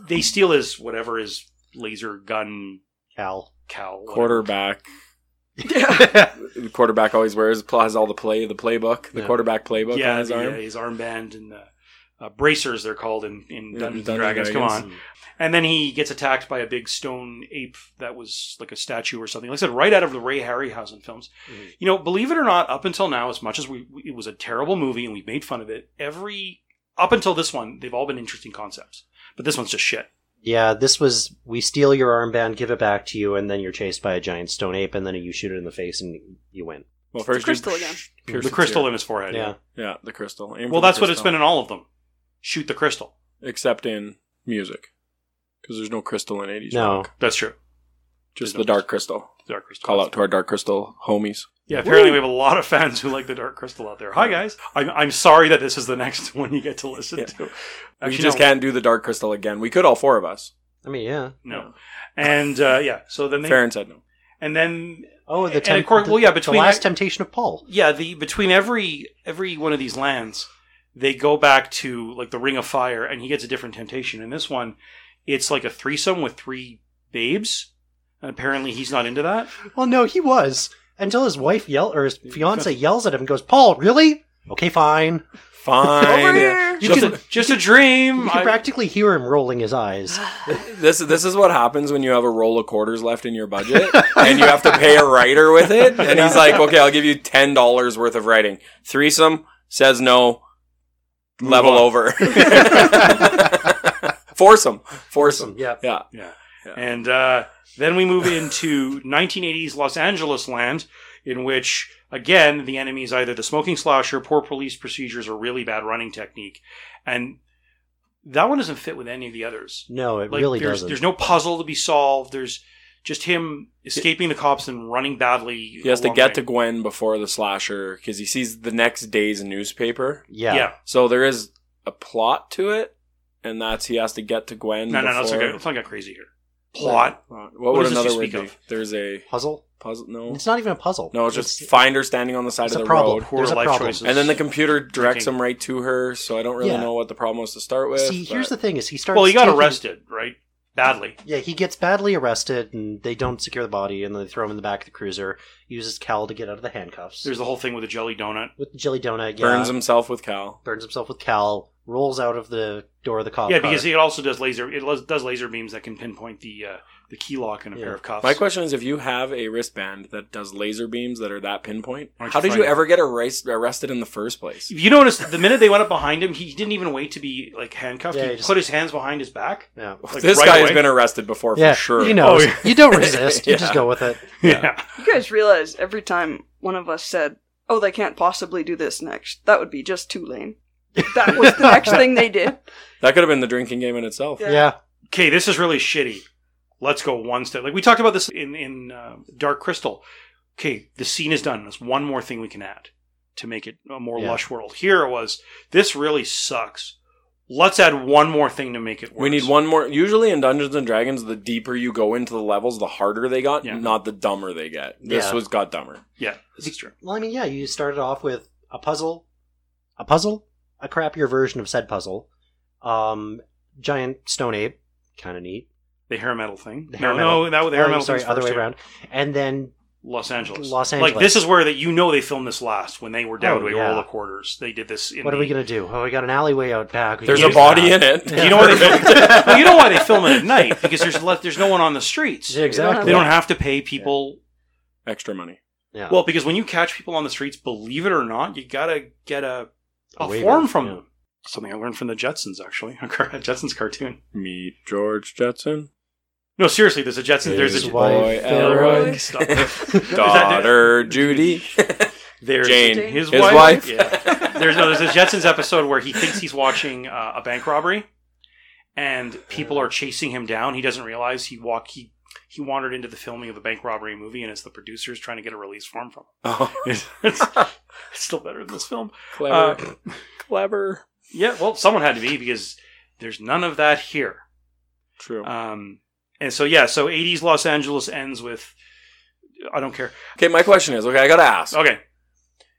S1: they steal his whatever his laser gun
S3: [laughs]
S2: Cal.
S1: cow whatever.
S3: Quarterback. The quarterback always wears has all the play the playbook, the
S2: Yeah.
S3: quarterback playbook
S1: yeah,
S3: on his
S1: the,
S3: arm.
S1: uh, his armband and the uh, bracers they're called in, in Dungeons, and
S3: Yeah, Dungeons
S1: Dragons. Come
S3: Dragons.
S1: on, and then he gets attacked by a big stone ape that was like a statue or something. Like I said, right out of the Ray Harryhausen films.
S3: Mm-hmm.
S2: Mhm.
S1: You know, believe it or not, up until now, as much as we, we- it was a terrible movie and we made fun of it, every up until this one, they've all been interesting concepts. But this one's just shit.
S2: Yeah, this was we steal your armband, give it back to you, and then you're chased by a giant stone ape, and then you shoot it in the face, and you win.
S3: Well, first you
S4: crystal again.
S3: pierce
S1: the
S3: its
S1: crystal
S3: ear.
S1: in his forehead.
S2: yeah.
S3: Yeah, the crystal. Aim for
S1: Well,
S3: the
S1: that's what it's
S3: crystal.
S1: been in all of them. Shoot the crystal.
S3: except in music, because there's no crystal in '80s.
S2: No.
S3: rock.
S1: That's true.
S3: just
S1: There's no
S3: the dark crystal.
S1: Dark crystal.
S3: Call out to our dark crystal homies.
S1: Yeah, apparently we have a lot of fans who like the dark crystal out there. Hi guys. I'm I'm sorry that this is the next [laughs] one you get to listen
S3: Yeah.
S1: to.
S3: we
S1: Actually,
S3: just
S1: no.
S3: can't do the dark crystal again. We could all four of us.
S2: I mean, yeah.
S1: No. And uh, yeah, so then they
S3: Farron said no.
S1: and then
S2: Oh, the,
S1: And
S2: temp-
S1: of course-
S2: the-
S1: well, yeah,
S2: the
S1: between-
S2: last temptation of Paul.
S1: yeah, the between every every one of these lands, they go back to like the Ring of Fire, and he gets a different temptation. In this one, it's like a threesome with three babes, and apparently he's not into that.
S2: Well, no, he was until his wife yell or his fiance yells at him and goes, "Paul, really? Okay, fine."
S4: Over
S3: Fine.
S4: here.
S1: just, a, just a dream.
S2: You
S1: Hmm, I-
S2: can practically hear him rolling his eyes.
S3: This this is what happens when you have a roll of quarters left in your budget and you have to pay a writer with it. And he's like, "Okay, I'll give you ten dollars worth of writing." Threesome says no. Level
S1: on. [laughs]
S3: over. [laughs] Foursome. Foursome.
S2: Yeah.
S3: Yeah.
S1: um, yeah.
S3: Yeah.
S1: [laughs] And uh, then we move into 1980s Los Angeles land, in which again the enemy is either the smoking slasher, poor police procedures, or really bad running technique, and that one doesn't fit with any of the others.
S2: No, it
S1: Like
S2: really
S1: there's,
S2: doesn't.
S1: There's no puzzle to be solved. There's just him escaping the cops and running badly.
S3: He has to
S1: along
S3: get
S1: the
S3: to
S1: way.
S3: Gwen before the slasher because he sees the next day's newspaper.
S2: yeah.
S1: Yeah.
S3: So there is a plot to it, and that's he has to get to Gwen.
S1: No, no, no. It's
S3: before-
S1: not, gonna, it's not gonna crazy here. plot.
S3: What,
S1: What
S3: would
S1: does this
S3: another
S1: you
S3: word
S1: speak
S3: be?
S1: of?
S3: There's a
S2: Puzzle?
S3: puzzle. No,
S2: It's not even a puzzle.
S3: no, it's just find her standing on the side
S2: it's
S3: of
S2: a
S3: the
S2: problem.
S3: road,
S1: Poor
S2: There's a
S1: life
S2: problem.
S1: choices.
S3: and then the computer directs
S1: Thinking.
S3: him right to her. So I don't really
S2: Yeah.
S3: know what the problem was to start with.
S2: See, here's the
S3: but-
S2: thing: is he starts.
S1: Well, he got
S2: taking-
S1: arrested, right? Badly.
S2: Yeah, he gets badly arrested, and they don't secure the body, and they throw him in the back of the cruiser. Uses Cal to get out of the handcuffs.
S1: There's the whole thing with the jelly donut.
S2: with the jelly donut. Yeah,
S3: burns himself with Cal.
S2: burns himself with Cal. Rolls out of the door of the cop
S1: yeah,
S2: car.
S1: because it also does laser. It les- does laser beams that can pinpoint the uh, the key lock and a
S2: Yeah.
S1: pair of cuffs.
S3: My question is, if you have a wristband that does laser beams that are that pinpoint,
S1: Why don't
S3: how
S1: you
S3: did
S1: find
S3: you
S1: it?
S3: ever get arrest- arrested in the first place? [laughs]
S1: You notice the minute they went up behind him, he didn't even wait to be like handcuffed.
S2: Yeah,
S1: he
S2: he just-
S1: put his hands behind his back.
S2: yeah.
S1: Like,
S3: this
S1: right
S3: guy has
S1: away.
S3: been arrested before
S2: yeah,
S3: for sure.
S2: You know,
S1: Oh, yeah.
S2: you don't resist. You
S3: Yeah.
S2: just go with it.
S3: Yeah.
S4: You guys realize every time one of us said, "Oh, they can't possibly do this next," that would be just too lame. That was the next thing
S1: [laughs]
S4: they did.
S3: That could have been the drinking game in itself.
S4: Yeah.
S2: Yeah,
S1: [laughs] Okay, this is really shitty. Let's go one step. Like we talked about this in in uh, Dark Crystal. Okay, the scene is done. There's one more thing we can add to make it a more
S2: Yeah.
S1: lush world. Here it was. This really sucks. Let's add one more thing to make it worse.
S3: We need one more. Usually in Dungeons and Dragons, the deeper you go into the levels, the harder they got,
S1: Yeah.
S3: not the dumber they get. This
S2: Yeah.
S3: was got dumber.
S1: Yeah, this is true.
S2: Well, I mean, yeah, you started off with a puzzle, a puzzle, a crappier version of said puzzle, um, giant stone ape, kind of neat.
S1: The hair metal thing.
S2: The
S1: no,
S2: hair metal.
S1: no, that the
S2: Oh,
S1: hair metal.
S2: sorry,
S1: thing's
S2: other way
S1: first, yeah.
S2: around. And then
S1: Los Angeles.
S2: Los
S1: Like
S2: Angeles.
S1: this is where that you know they filmed this last when they were down
S2: Oh,
S1: to a
S2: yeah.
S1: roll of quarters. They did this. In
S2: what are
S1: the-
S2: we gonna do? Oh, we got an alleyway out back. We
S3: There's
S2: can
S3: a
S2: use
S3: body
S2: that.
S3: in it.
S1: You know why they
S2: [laughs]
S3: [laughs]
S1: film it? well, you know why they film it at night because there's le- there's no one on the streets.
S2: Yeah, exactly.
S1: They don't have to pay people.
S3: Extra money.
S2: Yeah.
S1: Well, because when you catch people on the streets, believe it or not, you gotta get a, a,
S2: A waiver,
S1: form from
S2: yeah.
S1: them. Something I learned from the Jetsons actually, [laughs] a car- a Jetsons cartoon.
S3: Meet George Jetson.
S1: No, seriously, there's a Jetsons. There's
S2: His
S1: a Oh,
S2: wife,
S3: boy,
S2: Elroy.
S3: Elroy.
S1: Stop. [laughs] Is that-
S3: Daughter Judy.
S1: [laughs] There's
S3: Jane.
S1: His,
S3: His
S1: wife.
S3: wife.
S1: Yeah. There's no, there's a Jetsons episode where he thinks he's watching uh, a bank robbery, and people are chasing him down. He doesn't realize he walk he he wandered into the filming of a bank robbery movie, and it's the producers trying to get a release form from
S3: Oh,
S1: him. [laughs] It's, it's still better than this film. Uh,
S3: clever. clever.
S1: Yeah, well, someone had to be because there's none of that here.
S3: True.
S1: Um, and so yeah, so 80s Los Angeles ends with I don't care.
S3: okay, my question is okay, I got to ask.
S1: Okay,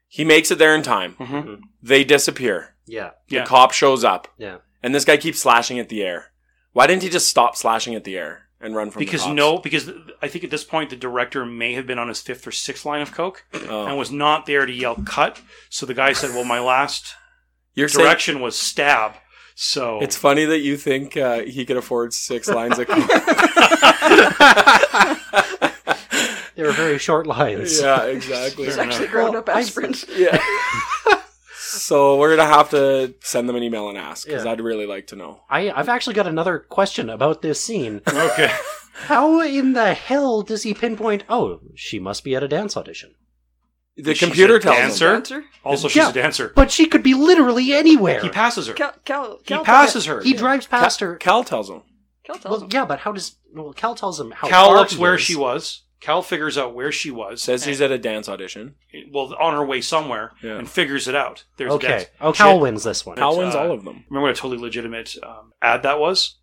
S3: He makes it there in time.
S1: Mhm.
S3: They disappear.
S2: yeah.
S1: Yeah.
S3: The cop shows up.
S2: Yeah.
S3: And this guy keeps slashing at the air. Why didn't he just stop slashing at the air and run from the
S1: because
S3: cops?
S1: no, because I think at this point the director may have been on his fifth or sixth line of coke.
S3: Oh.
S1: and was not there to yell cut. So the guy said, "Well, my
S3: [laughs]
S1: last
S3: You're saying
S1: direction was stab." So
S3: it's funny that you think uh, he could afford six
S1: [laughs]
S3: lines of [laughs]
S2: They were very short lines.
S3: Yeah, exactly.
S4: It's
S1: Fair enough.
S4: actually ground
S2: Well,
S4: up
S2: I-
S4: aspirins.
S1: [laughs]
S3: Yeah. so we're gonna have to send them an email and ask because
S2: Yeah.
S3: I'd really like to know.
S2: I, I've actually got another question about this scene.
S1: [laughs] okay.
S2: How in the hell does he pinpoint? Oh, she must be at a dance audition.
S3: The
S1: She's
S3: computer
S1: a
S3: tells
S1: dancer?
S3: dancer?
S4: Dancer?
S1: Also, she's
S2: Yeah.
S1: a dancer.
S2: But she could be literally anywhere.
S1: He passes her.
S4: Cal, Cal,
S1: He
S4: Cal
S1: passes her.
S2: He drives
S3: Cal,
S2: past her.
S3: Cal tells him.
S4: Cal tells
S2: Well,
S4: him.
S2: yeah, but how does? Well, Cal tells him how.
S1: Cal
S2: far
S1: looks
S2: he
S1: where
S2: is.
S1: she was. Cal figures out where she was.
S3: Says she's at a dance audition.
S1: and- well on her way somewhere
S3: Yeah.
S1: and figures it out. There's
S2: Okay,
S1: okay.
S2: okay. Cal wins this one.
S3: Cal wins
S1: uh,
S3: all of them.
S1: Remember what a totally legitimate um, ad that was?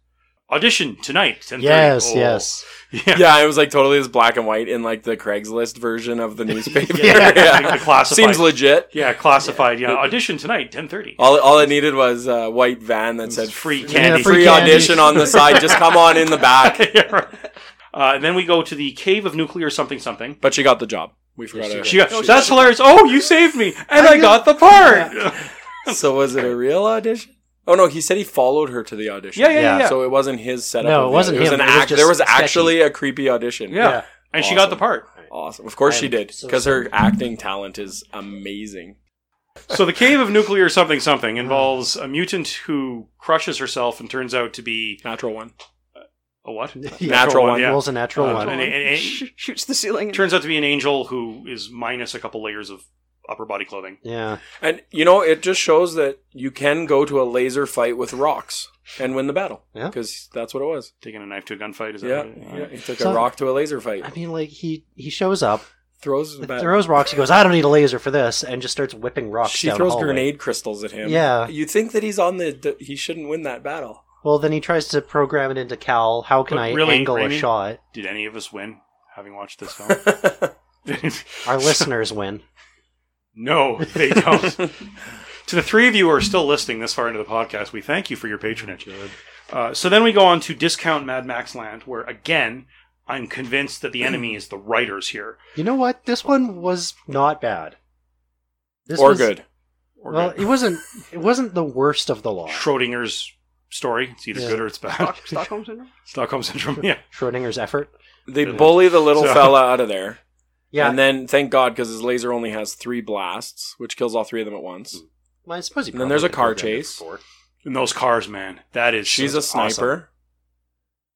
S1: Audition tonight. 10:30.
S2: Yes,
S1: Oh.
S2: yes.
S1: [laughs] Yeah.
S3: Yeah, it was like totally this black and white in like the Craigslist version of
S1: [laughs]
S3: the newspaper. [laughs]
S2: Yeah.
S1: The classified.
S3: Seems legit.
S1: Yeah, classified. Yeah, audition tonight, ten thirty.
S3: All, all it needed was a white van that said
S1: free
S3: free,
S1: candy.
S2: Yeah, free candy.
S3: audition on the side. Just come on in
S1: [laughs]
S3: the back.
S1: Uh, and then we go to the cave of nuclear something something.
S3: But she got the job. We forgot
S2: she
S3: to.
S1: She got, that's hilarious. Oh, you saved me, and I,
S2: I
S1: got the [laughs] part.
S3: [laughs] So was it a real audition? Oh no, he said he followed her to the audition.
S1: Yeah, yeah, yeah.
S2: Yeah,
S1: yeah.
S3: So it wasn't his setup.
S2: No, it
S3: of the-
S2: wasn't
S3: was
S2: him.
S3: an
S2: It was
S3: act-
S2: just
S3: there was
S2: sketchy.
S3: actually a creepy audition.
S1: Yeah. and she got the
S3: Awesome.
S1: part.
S3: Awesome. Of course
S2: I
S3: she
S2: am
S3: did
S2: so
S3: because her acting talent is amazing.
S1: [laughs] So the cave of nuclear something something involves a mutant who crushes herself and turns out to be
S3: Natural one.
S1: a
S3: [laughs]
S1: what?
S2: Yeah.
S3: Natural one,
S1: yeah.
S2: Rolls a natural
S1: Uh,
S2: one.
S1: and- and- and-
S4: Sh- shoots the ceiling.
S1: Turns out to be an angel who is minus a couple layers of upper body clothing.
S2: Yeah.
S3: And you know, it just shows that you can go to a laser fight with rocks and win the battle.
S2: Yeah.
S3: Because that's what it was.
S1: Taking a knife to a gunfight is that
S3: Yeah,
S1: what it-
S3: yeah, he took
S2: So-
S3: a rock to a laser fight.
S2: I mean, like he he shows up,
S3: Throws the bat.
S2: throws rocks. He goes, "I don't need a laser for this," and just starts whipping rocks.
S3: she
S2: down the
S3: throws
S2: hallway.
S3: grenade crystals at him.
S2: Yeah.
S3: you think that he's on the. He shouldn't win that battle.
S2: Well, then he tries to program it into Cal. How can
S1: But
S2: I
S1: really,
S2: angle
S1: Raimi?
S2: a shot?
S1: Did any of us win having watched [laughs] this film?
S3: Don't.
S1: [laughs]
S2: Our listeners win.
S1: no, they don't. [laughs] to the three of you who are still listening this far into the podcast, we thank you for your patronage. Uh, so then we go on to Discount Mad Max Land, where again, I'm convinced that the enemy is the writers here.
S2: You know what? This one was not bad. This
S3: [laughs] or
S2: was-
S3: good.
S1: Or
S2: well, it wasn't. It wasn't the worst of the lot.
S1: Schrodinger's story. It's either
S2: Yeah.
S1: good or it's bad. [laughs]
S4: Stock- Stockholm syndrome.
S1: Stockholm Syndrome, yeah.
S2: Schrodinger's effort.
S3: They
S1: Brilliant.
S3: bully the little
S1: So-
S3: fella out of there.
S2: [laughs] Yeah,
S3: And then, thank God, because his laser only has three blasts, which kills all three of them at once.
S2: well, I suppose. he
S3: and then there's a
S2: probably
S3: car
S2: programmed it
S3: chase.
S2: before.
S1: And those cars, man. That is.
S3: She's a
S1: awesome.
S3: sniper.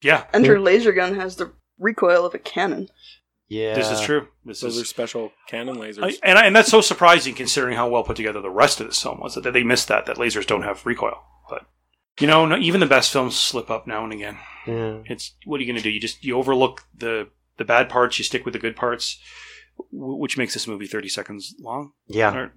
S1: Yeah,
S4: And her laser gun has the recoil of a cannon.
S2: Yeah,
S1: this is true. This
S3: Those are
S1: is.
S3: special cannon lasers.
S1: I- and, I, and that's so surprising considering how well put together the rest of this film was that they missed that, that lasers don't have recoil. But, you know, no, even the best films slip up now and again.
S2: Yeah.
S1: it's what are you going to do? You just you overlook the the bad parts, you stick with the good parts, wh- which makes this movie thirty seconds long.
S2: Yeah.
S1: Or-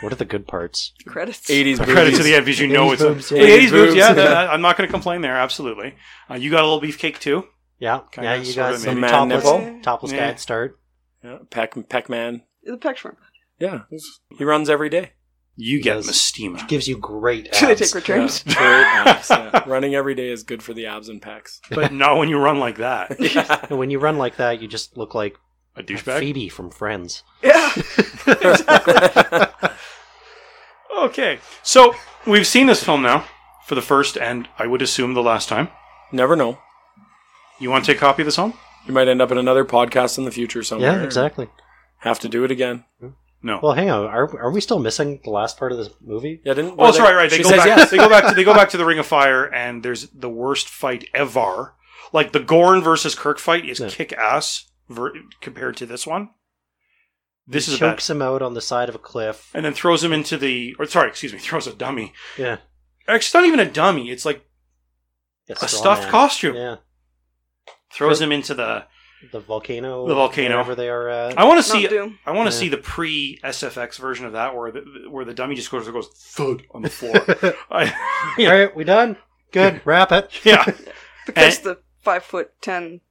S2: What are the good parts?
S4: Credits.
S1: [laughs]
S3: 80s movies.
S1: Credit to the end because you know
S2: 80s
S1: it's a-
S2: boobs, yeah.
S1: 80s boobs.
S3: boobs,
S1: Yeah,
S3: yeah.
S1: that- I'm not going to complain there. Absolutely. Uh, you got a little beefcake too.
S2: Yeah,
S1: Kinda,
S2: yeah. You
S1: sorta,
S2: got some
S3: maybe.
S2: topless,
S4: Man nipple.
S2: topless guy
S1: Yeah.
S2: at start.
S3: yeah, Pac- Pac-Man.
S4: The
S1: [laughs]
S4: Pechman.
S3: Yeah. He runs
S2: [laughs]
S3: every day.
S1: You get
S2: Yes. [laughs]
S1: mastema.
S2: Gives you
S3: [laughs]
S2: great.
S4: Do [laughs] they
S2: abs.
S4: take returns?
S3: Yeah, great abs, yeah. Running every day is good for the abs and
S2: [laughs]
S3: pecs.
S1: but not when you run like that.
S3: Yeah.
S2: And when you run like that, you just look like
S1: A douchebag.
S2: Phoebe from Friends.
S4: Yeah.
S1: Okay, so we've seen this film now for the first and I would assume the last time.
S3: Never know.
S1: You want to take a copy of this home?
S3: You might end up in another podcast in the future somewhere.
S2: yeah, exactly.
S3: Have to do it again.
S1: No.
S2: Well, hang on. Are are we still missing the last part of this movie?
S3: Yeah, didn't.
S1: Oh, that's
S3: were
S1: right, right. They
S3: she
S1: go
S3: says
S1: back.
S3: yes.
S1: They go back to they go back to the Ring of Fire, and there's the worst fight ever. Like the Gorn versus Kirk fight is
S2: Yeah.
S1: kick ass ver- compared to this one. This
S2: He
S1: is bad.
S2: chokes him out on the side of a cliff.
S1: And then throws him into the or sorry, excuse me, [laughs] throws a dummy.
S2: Yeah,
S1: Actually, it's not even a dummy. It's like a
S2: straw
S1: stuffed
S2: man.
S1: costume.
S2: Yeah,
S1: Throws him into the.
S2: the volcano.
S1: The volcano.
S2: wherever they are
S1: [laughs]
S2: at.
S1: I want to
S4: Not
S1: see. uh,
S4: Doom.
S1: I want to
S2: Yeah.
S1: see the pre SFX version of that where the where the dummy just goes goes thud
S2: [laughs]
S1: on the floor. I,
S2: All right, we done. Good.
S1: [laughs]
S2: Wrap it.
S1: yeah,
S4: Because
S1: And-
S4: the five foot ten,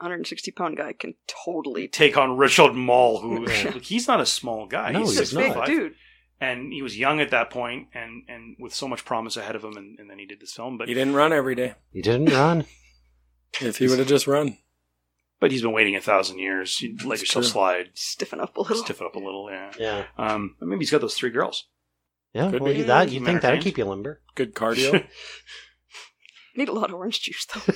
S4: 160 pound guy can totally.
S1: take on Richard Mall, who
S2: Yeah.
S1: [laughs] like, he's not a small guy.
S2: No,
S4: he's
S2: he's
S4: a
S2: not.
S4: big dude.
S1: and he was young at that point and and with so much promise ahead of him and, and then he did this film but
S3: He didn't run every day.
S2: You didn't run.
S3: If he would have just run,
S1: but he's been waiting a thousand years you let
S3: It's
S1: yourself
S3: true.
S1: slide
S4: Stiffen up a little.
S1: stiff it up a little yeah
S2: Yeah.
S1: um and maybe he's got those three girls
S2: Yeah.
S3: Could
S2: well,
S3: be.
S2: you- that you
S1: Keep him
S2: think that'd
S1: entertained.
S2: keep you
S1: [laughs]
S2: limber?
S3: good cardio.
S4: Need a lot of orange juice
S1: [laughs]
S4: though.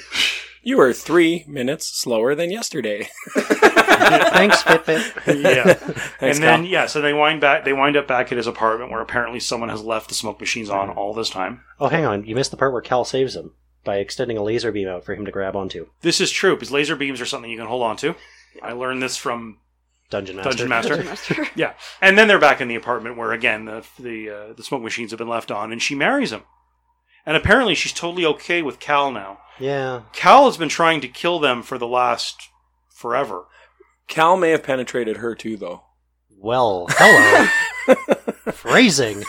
S3: you were three minutes slower than yesterday.
S2: [laughs]
S3: [laughs]
S2: Thanks, Fitbit.
S1: Yeah.
S3: Thanks,
S1: and then
S3: Cal.
S1: yeah so they wind back they wind up back at his apartment where apparently someone has left the smoke machines on all this time
S2: Oh, hang on. You missed the part where Cal saves him by extending a laser beam out for him to grab onto.
S1: this is true because laser beams are something you can hold on to i learned this from
S2: Dungeon Master.
S1: dungeon master [laughs]
S4: Master.
S1: And then they're back in the apartment where again the the uh, the smoke machines have been left on, and she marries him. And apparently she's totally okay with Cal now.
S2: Yeah.
S1: Cal has been trying to kill them for the last forever.
S3: Cal may have penetrated her too, though.
S2: Well, hello.
S1: [laughs]
S2: phrasing.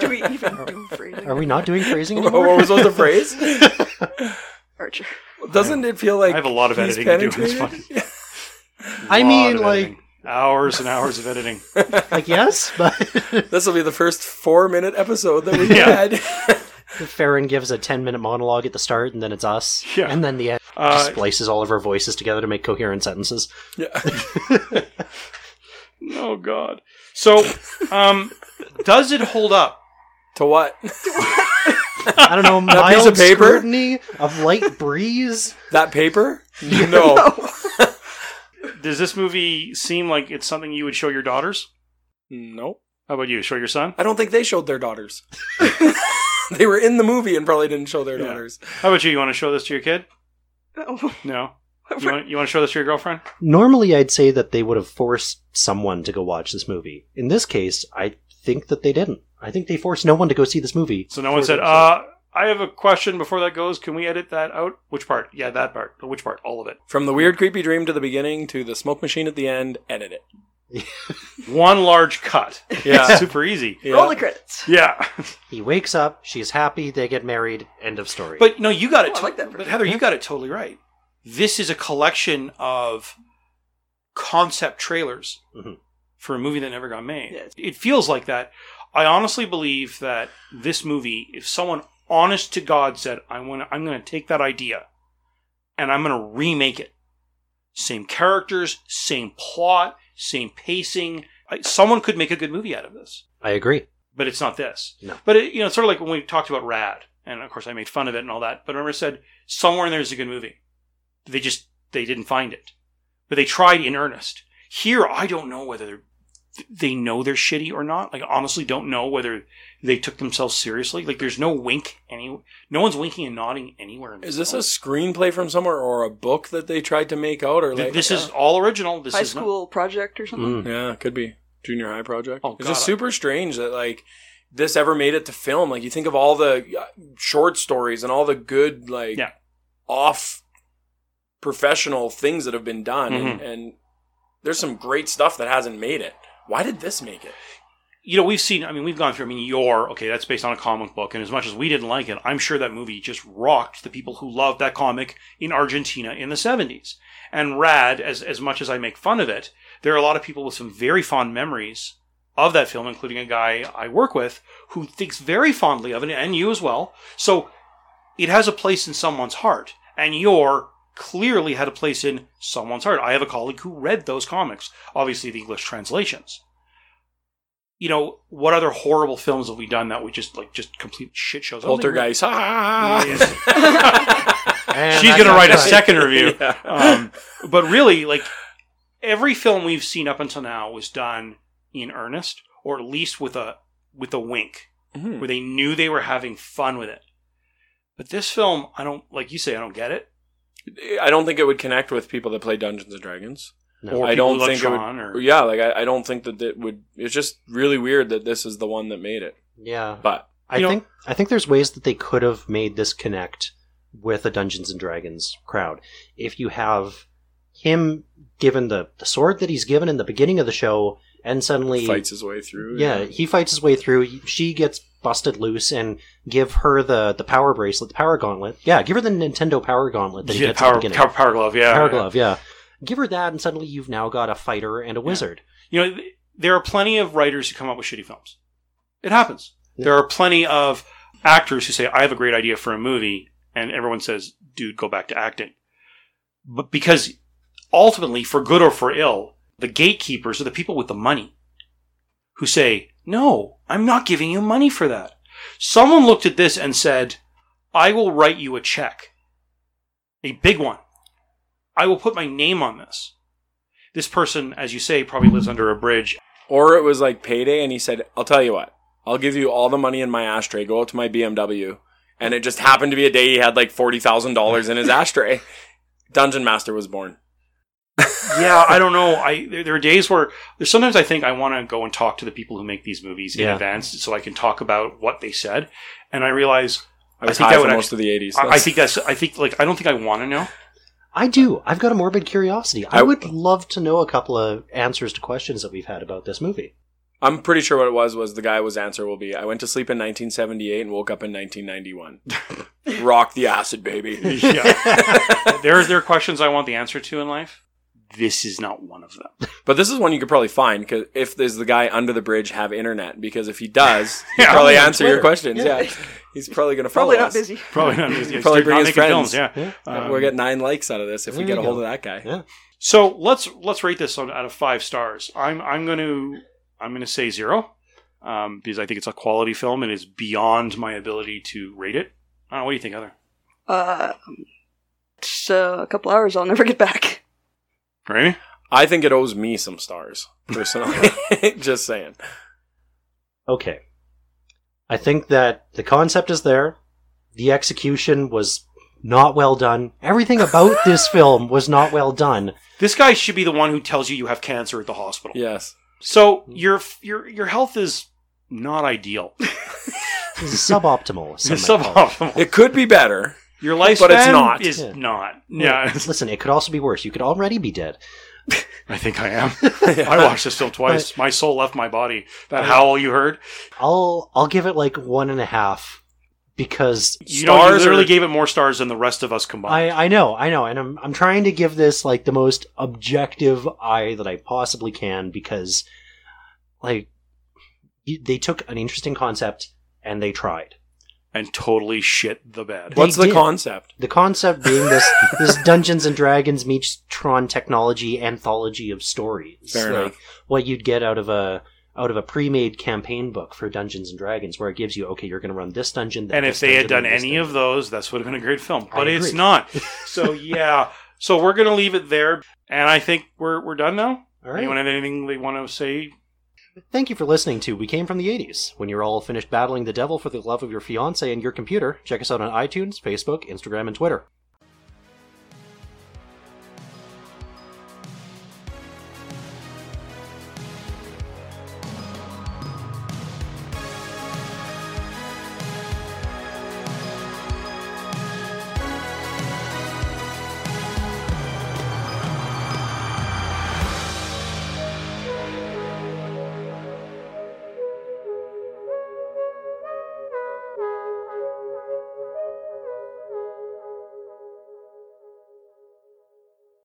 S4: do we even do phrasing?
S2: Are we not doing
S1: [laughs]
S2: phrasing
S3: [laughs] what
S2: anymore?
S3: was the phrase?
S4: Archer?
S3: Doesn't it feel like
S1: I have a lot of
S3: he's
S1: editing to do in this one.
S3: penetrated? Yeah.
S2: I
S1: Lot
S2: mean,
S1: of
S2: like-
S1: editing. hours and hours of
S2: [laughs]
S1: editing.
S2: like yes, but [laughs]
S3: [laughs] This will be the first four minute episode that we
S1: Yeah.
S3: had. [laughs]
S2: Farron gives a ten minute monologue at the start, and then it's us,
S1: Yeah.
S2: and then the end
S1: Uh,
S2: just places all of our voices together to make coherent sentences.
S3: yeah.
S1: oh God. So, um, does it hold up?
S3: To what?
S2: I
S1: [laughs]
S2: don't know,
S3: That piece
S2: mild
S3: of paper?
S2: scrutiny of light breeze.
S3: That paper?
S1: [laughs]
S3: No.
S1: Does this movie seem like it's something you would show your daughters?
S3: Nope.
S1: How about you? Show your son?
S3: I don't think they showed their daughters. [laughs] they were in the movie and probably didn't show their
S1: Yeah.
S3: daughters.
S1: How about you? You want to show this to your kid?
S4: No.
S1: [laughs] No. You want, you want to show this to your girlfriend?
S2: Normally, I'd say that they would have forced someone to go watch this movie. In this case, I think that they didn't. I think they forced no one to go see this movie.
S1: So no one
S2: For
S1: said,
S2: themselves.
S1: uh, I have a question before that goes. Can we edit that out? Which part? Yeah, that part. Which part? All of it.
S3: From the weird, creepy dream to the beginning to the smoke machine at the end, edit it.
S1: One large cut.
S3: Yeah.
S1: Super easy.
S3: yeah.
S4: Roll the credits.
S1: Yeah.
S2: He wakes up. She's happy. They get married. End of story.
S1: But no, you got it.
S4: Oh, I
S1: to-
S4: like that version.
S1: but Heather, you got it totally right. This is a collection of concept trailers
S2: Mhm.
S1: for a movie that never got made.
S4: Yes.
S1: It feels like that. I honestly believe that this movie, if someone honest to God said, "I want, I'm going to take that idea, and I'm going to remake it," same characters, same plot, same pacing, I, someone could make a good movie out of this
S2: I agree.
S1: but it's not this.
S2: No.
S1: But it, you know, it's sort of like when we talked about Rad, and of course I made fun of it and all that. But I remember I said somewhere in there is a good movie. They just they didn't find it, but they tried in earnest. Here, I don't know whether they're, they know they're shitty or not. Like honestly, don't know whether they took themselves seriously. Like there's no wink any. No one's winking and nodding anywhere. In
S3: Is this a
S1: film.
S3: screenplay from somewhere or a book that they tried to make out or
S1: Th-
S3: like
S1: this is all original. This
S4: High
S1: is not-
S4: school project or something.
S2: Mm.
S3: Yeah, could be junior high project.
S1: Oh,
S3: it's
S1: God,
S3: just
S1: I-
S3: super strange that like this ever made it to film. Like you think of all the uh, short stories and all the good like
S1: Yeah.
S3: off professional things that have been done,
S1: Mm-hmm.
S3: and, and there's some great stuff that hasn't made it. Why did this make it?
S1: you know, we've seen, I mean, we've gone through, I mean, your, okay, that's based on a comic book. And as much as we didn't like it, I'm sure that movie just rocked the people who loved that comic in Argentina in the 70s. And Rad, as, as much as I make fun of it, there are a lot of people with some very fond memories of that film, including a guy I work with who thinks very fondly of it, and you as well. So it has a place in someone's heart. And your clearly had a place in someone's heart. I have a colleague who read those comics, obviously the English translations you know, what other horrible films have we done that we just like just complete shit shows? I don't think
S3: Poltergeist. Ah!
S1: [laughs] we- [laughs]
S2: And
S1: She's
S2: I
S1: gonna
S2: got
S1: write a
S2: cut.
S1: second review.
S3: Yeah.
S1: Um, but really, like every film we've seen up until now was done in earnest, or at least with a with a wink,
S3: Mhm.
S1: where they knew they were having fun with it. But this film, I don't like you say, I don't get it.
S3: I don't think it would connect with people that play Dungeons and Dragons.
S2: No.
S1: Or
S3: I
S1: people
S3: don't
S1: who love
S3: think it would-
S1: Tron, or
S3: Yeah, like I, I don't think that it would. It's just really weird that this is the one that made it.
S2: Yeah.
S3: But
S2: I
S1: You know-
S2: think I think there's ways that they could have made this connect with a Dungeons and Dragons crowd. If you have him given the, the sword that he's given in the beginning of the show, and suddenly
S3: fights his way through.
S2: yeah, he fights his way through. She gets busted loose, and give her the the power bracelet, the power gauntlet. Yeah, give her the Nintendo power gauntlet that he
S1: yeah,
S2: gets at
S1: power,
S2: the beginning.
S1: power, power glove, yeah,
S2: power
S1: yeah.
S2: glove, yeah. Give her that, and suddenly you've now got a fighter and a wizard.
S1: You know, th- there are plenty of writers who come up with shitty films. It happens.
S2: Yeah.
S1: There are plenty of actors who say, I have a great idea for a movie, and everyone says, dude, go back to acting. But because ultimately, for good or for ill, the gatekeepers are the people with the money who say, no, I'm not giving you money for that. Someone looked at this and said, I will write you a check, a big one. I will put my name on this. This person, as you say, probably lives under a bridge
S3: Or it was like payday, and he said, "I'll tell you what. I'll give you all the money in my ashtray. Go out to my BMW." And it just happened to be a day he had like forty thousand dollars
S2: [laughs]
S3: in his ashtray. Dungeon Master was born.
S1: yeah, I don't know. I there, there are days where there's sometimes I think I want to go and talk to the people who make these movies in
S2: Yeah.
S1: advance so I can talk about what they said, and I realize
S3: I
S1: I
S3: was
S1: think
S3: high
S1: that
S3: for
S1: would
S3: most of the eighties.
S1: I, I think that's I think like I don't think I want to know.
S3: [laughs]
S2: I do. I've got a morbid curiosity. I,
S3: I-
S2: would love to know a couple of answers to questions that we've had about this movie.
S3: I'm pretty sure what it was was the guy was answer will be I went to sleep in 1978 and woke up in 1991. Rock the acid, baby.
S1: yeah, [laughs] there there are questions I want the answer to in life. This is not one of
S3: [laughs]
S1: them.
S3: But this is one you could probably find because if there's the guy under the bridge have internet because if he does, he'll
S1: Yeah.
S3: probably
S2: On
S3: answer your
S2: Twitter.
S3: questions. Yeah,
S4: Yeah.
S3: he's probably gonna follow
S4: Probably not
S3: us.
S4: busy.
S1: Probably not. It's- it's-
S3: Probably
S1: they're
S3: bring
S1: not
S3: his
S1: making films.
S3: friends.
S1: Yeah.
S2: Yeah.
S1: Um,
S3: We'll get nine likes out of this if we
S2: There
S3: get a
S2: you
S3: hold
S2: go.
S3: of that guy.
S2: Yeah.
S1: So let's let's rate this on, out of five stars. I'm I'm going to I'm going to say zero um, because I think it's a quality film and it's beyond my ability to rate it. Uh, what do you think, Heather?
S4: [laughs] Uh, it's uh, a couple hours. I'll never get back.
S1: Right?
S3: I think it owes me some stars personally. [laughs] Just saying.
S2: Okay. I think that the concept is there. The execution was not well done. Everything [laughs] about this film was not well [laughs] done.
S1: This guy should be the one who tells you you have cancer at the hospital.
S3: Yes.
S1: So your your your health is not [laughs] ideal.
S2: It's suboptimal. some
S1: It's
S2: might call it.
S1: suboptimal.
S3: It could be better.
S1: Your lifespan
S3: But it's not.
S1: is
S2: Yeah.
S1: not. Yeah.
S2: [laughs] Listen, it could also be worse. You could already be dead.
S1: I think I [laughs] am. I watched this film twice. My soul left my body.
S3: [laughs]
S1: That howl you heard.
S2: I'll I'll give it like one and a half because
S1: You know, you
S3: Stars
S1: literally
S3: are-
S1: gave it more stars than the rest of us combined.
S2: I I know I know, and I'm I'm trying to give this like the most objective eye that I possibly can because like you- they took an interesting concept and they tried.
S1: and totally shit the bed.
S2: What?
S3: What's the
S2: did.
S3: concept?
S2: The concept being
S1: [laughs]
S2: this this Dungeons and Dragons meets Tron technology anthology of stories.
S3: Fair
S2: Like,
S3: enough.
S2: What you'd get out of a out of a pre-made campaign book for Dungeons and Dragons, where it gives you, okay, you're going to run this dungeon. then
S1: And if
S2: this
S1: they had
S2: dungeon,
S1: done
S2: then this
S1: any
S2: dungeon.
S1: of those, that's would have been a great film.
S2: I
S1: But it's
S2: agree. [laughs]
S1: not. So yeah. So we're gonna leave it there. And I think we're we're done now.
S2: all right,
S1: Anyone have anything they want to say?
S2: Thank you for listening to We Came from the 80s. When you're all finished battling the devil for the love of your fiance and your computer, check us out on iTunes, Facebook, Instagram, and Twitter.